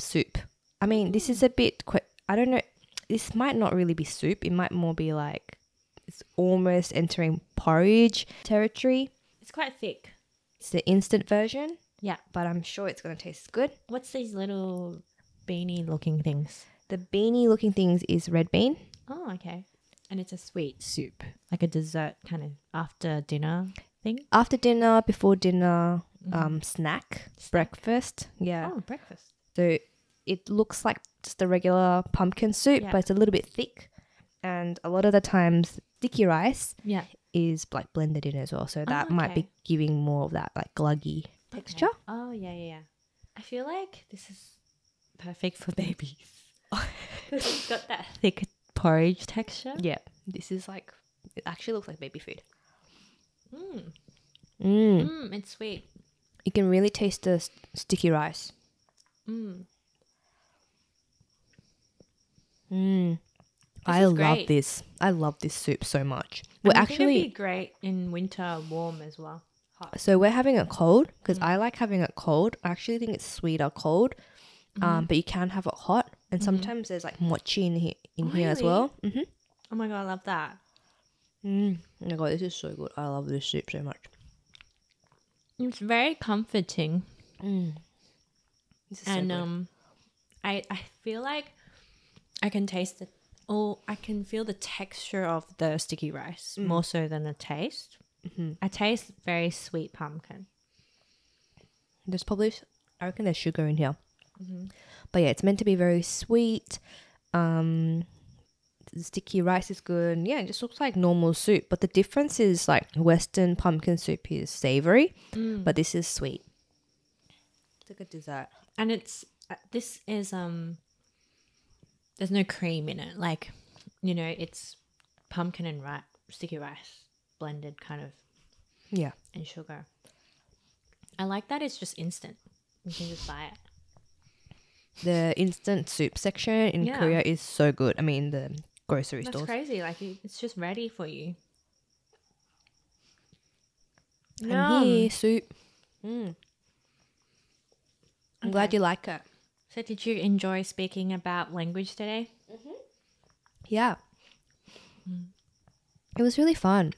S3: soup. I mean, this is a bit quick. I don't know. This might not really be soup. It might more be like it's almost entering porridge territory.
S1: It's quite thick.
S3: It's the instant version,
S1: Yeah.
S3: but I'm sure it's going to taste good.
S1: What's these little beanie looking things?
S3: The beanie looking things is red bean.
S1: Oh, okay. And it's a sweet soup, like a dessert kind of after dinner thing.
S3: After dinner, before dinner, um, snack, breakfast. Yeah.
S1: Oh, breakfast.
S3: So it looks like just a regular pumpkin soup,
S1: Yeah.
S3: but it's a little bit thick. And a lot of the times, sticky rice
S1: Yeah.
S3: is like blended in as well. So that might
S1: okay.
S3: be giving more of that like gluggy texture.
S1: Oh, yeah, yeah, yeah. I feel like this is perfect for babies. 'Cause it's got that thick porridge texture.
S3: Yeah. This is like, it actually looks like baby food.
S1: Mm.
S3: Mm.
S1: Mm, it's sweet.
S3: You can really taste the s- sticky rice.
S1: Mm.
S3: Mm. I
S1: is
S3: love
S1: great.
S3: this. I love this soup so much. We're
S1: And I think it'd
S3: actually
S1: be great in winter, warm as well. Hot.
S3: so we're having it cold because
S1: Mm.
S3: I like having it cold. I actually think it's sweeter cold,
S1: Mm-hmm.
S3: um, but you can have it hot. And sometimes there's like mochi in here, in here as
S1: Really?
S3: well. Mm-hmm.
S1: Oh my god, I love that.
S3: Mm. Oh my god, this is so good. I love this soup so much.
S1: It's very comforting.
S3: This is so
S1: and
S3: good.
S1: um I I feel like I can taste the oh I can feel the texture of the sticky rice more so than the taste. I taste very sweet pumpkin.
S3: There's probably s- I reckon there's sugar in here,
S1: Mm-hmm.
S3: but yeah, it's meant to be very sweet. Um, the sticky rice is good. Yeah, it just looks like normal soup, but the difference is like Western pumpkin soup is savory,
S1: Mm.
S3: but this is sweet. It's like a dessert.
S1: And it's uh, this is um there's no cream in it. Like, you know, it's pumpkin and rice sticky rice blended kind of
S3: Yeah,
S1: and sugar. I like that it's just instant. You can just buy it.
S3: the instant soup section in
S1: Yeah.
S3: Korea is so good. I mean, the grocery
S1: That's
S3: stores.
S1: crazy. Like you- it's just ready for you.
S3: I'm
S1: Yum.
S3: here, soup. Mm. I'm glad you like it.
S1: So, did you enjoy speaking about language today?
S3: Yeah.
S1: Mm.
S3: It was really fun.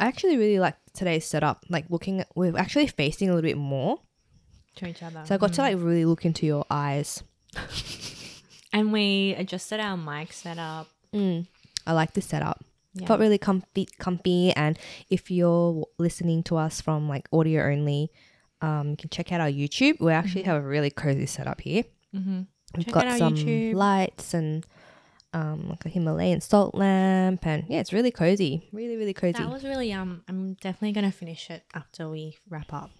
S3: I actually really liked today's setup. Like looking at, we're actually facing a little bit more.
S1: To each other.
S3: So I got to like really look into your eyes.
S1: and we adjusted our mic setup.
S3: I like this setup.
S1: Yeah.
S3: Felt really comfy comfy and if you're w- listening to us from like audio only, um you can check out our YouTube. We actually have a really cozy setup here. We've
S1: Mm-hmm. Check
S3: got
S1: out our
S3: some
S1: YouTube.
S3: lights and um, like a Himalayan salt lamp, and yeah, it's really cozy, really really cozy.
S1: That was really um. I'm definitely gonna finish it after we wrap up.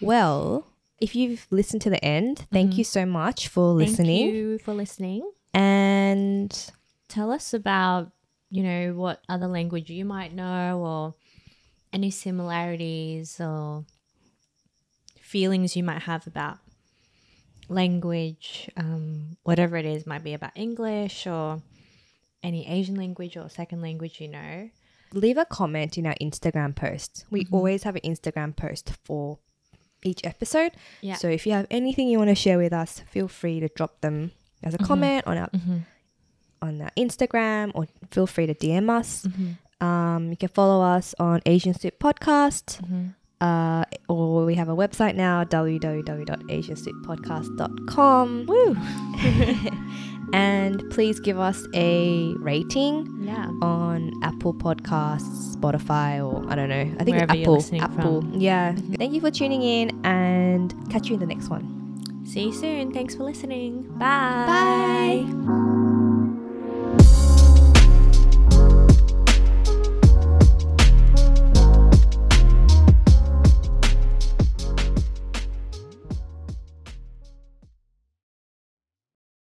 S3: well, if you've listened to the end, thank you so much for listening.
S1: Mm-hmm. Thank you for listening.
S3: And
S1: Tell us about you know what other language you might know or any similarities or feelings you might have about language, um, whatever it is, might be about English or any Asian language or second language you know.
S3: leave a comment in our Instagram post. We always have an Instagram post for each episode.
S1: Yeah.
S3: So if you have anything you want to share with us, feel free to drop them as a comment on our on our Instagram or feel free to DM us. Um, you can follow us on Asian Soup Podcast. Uh, or we have a website now www.asiansouppodcast.com. Woo! and please give us a rating
S1: Yeah.
S3: on Apple Podcasts, Spotify, or I don't know. I think
S1: Wherever you're
S3: it's
S1: listening
S3: Apple. Apple. Yeah. Thank you for tuning in and catch you in the next one.
S1: See you soon. Thanks for listening. Bye.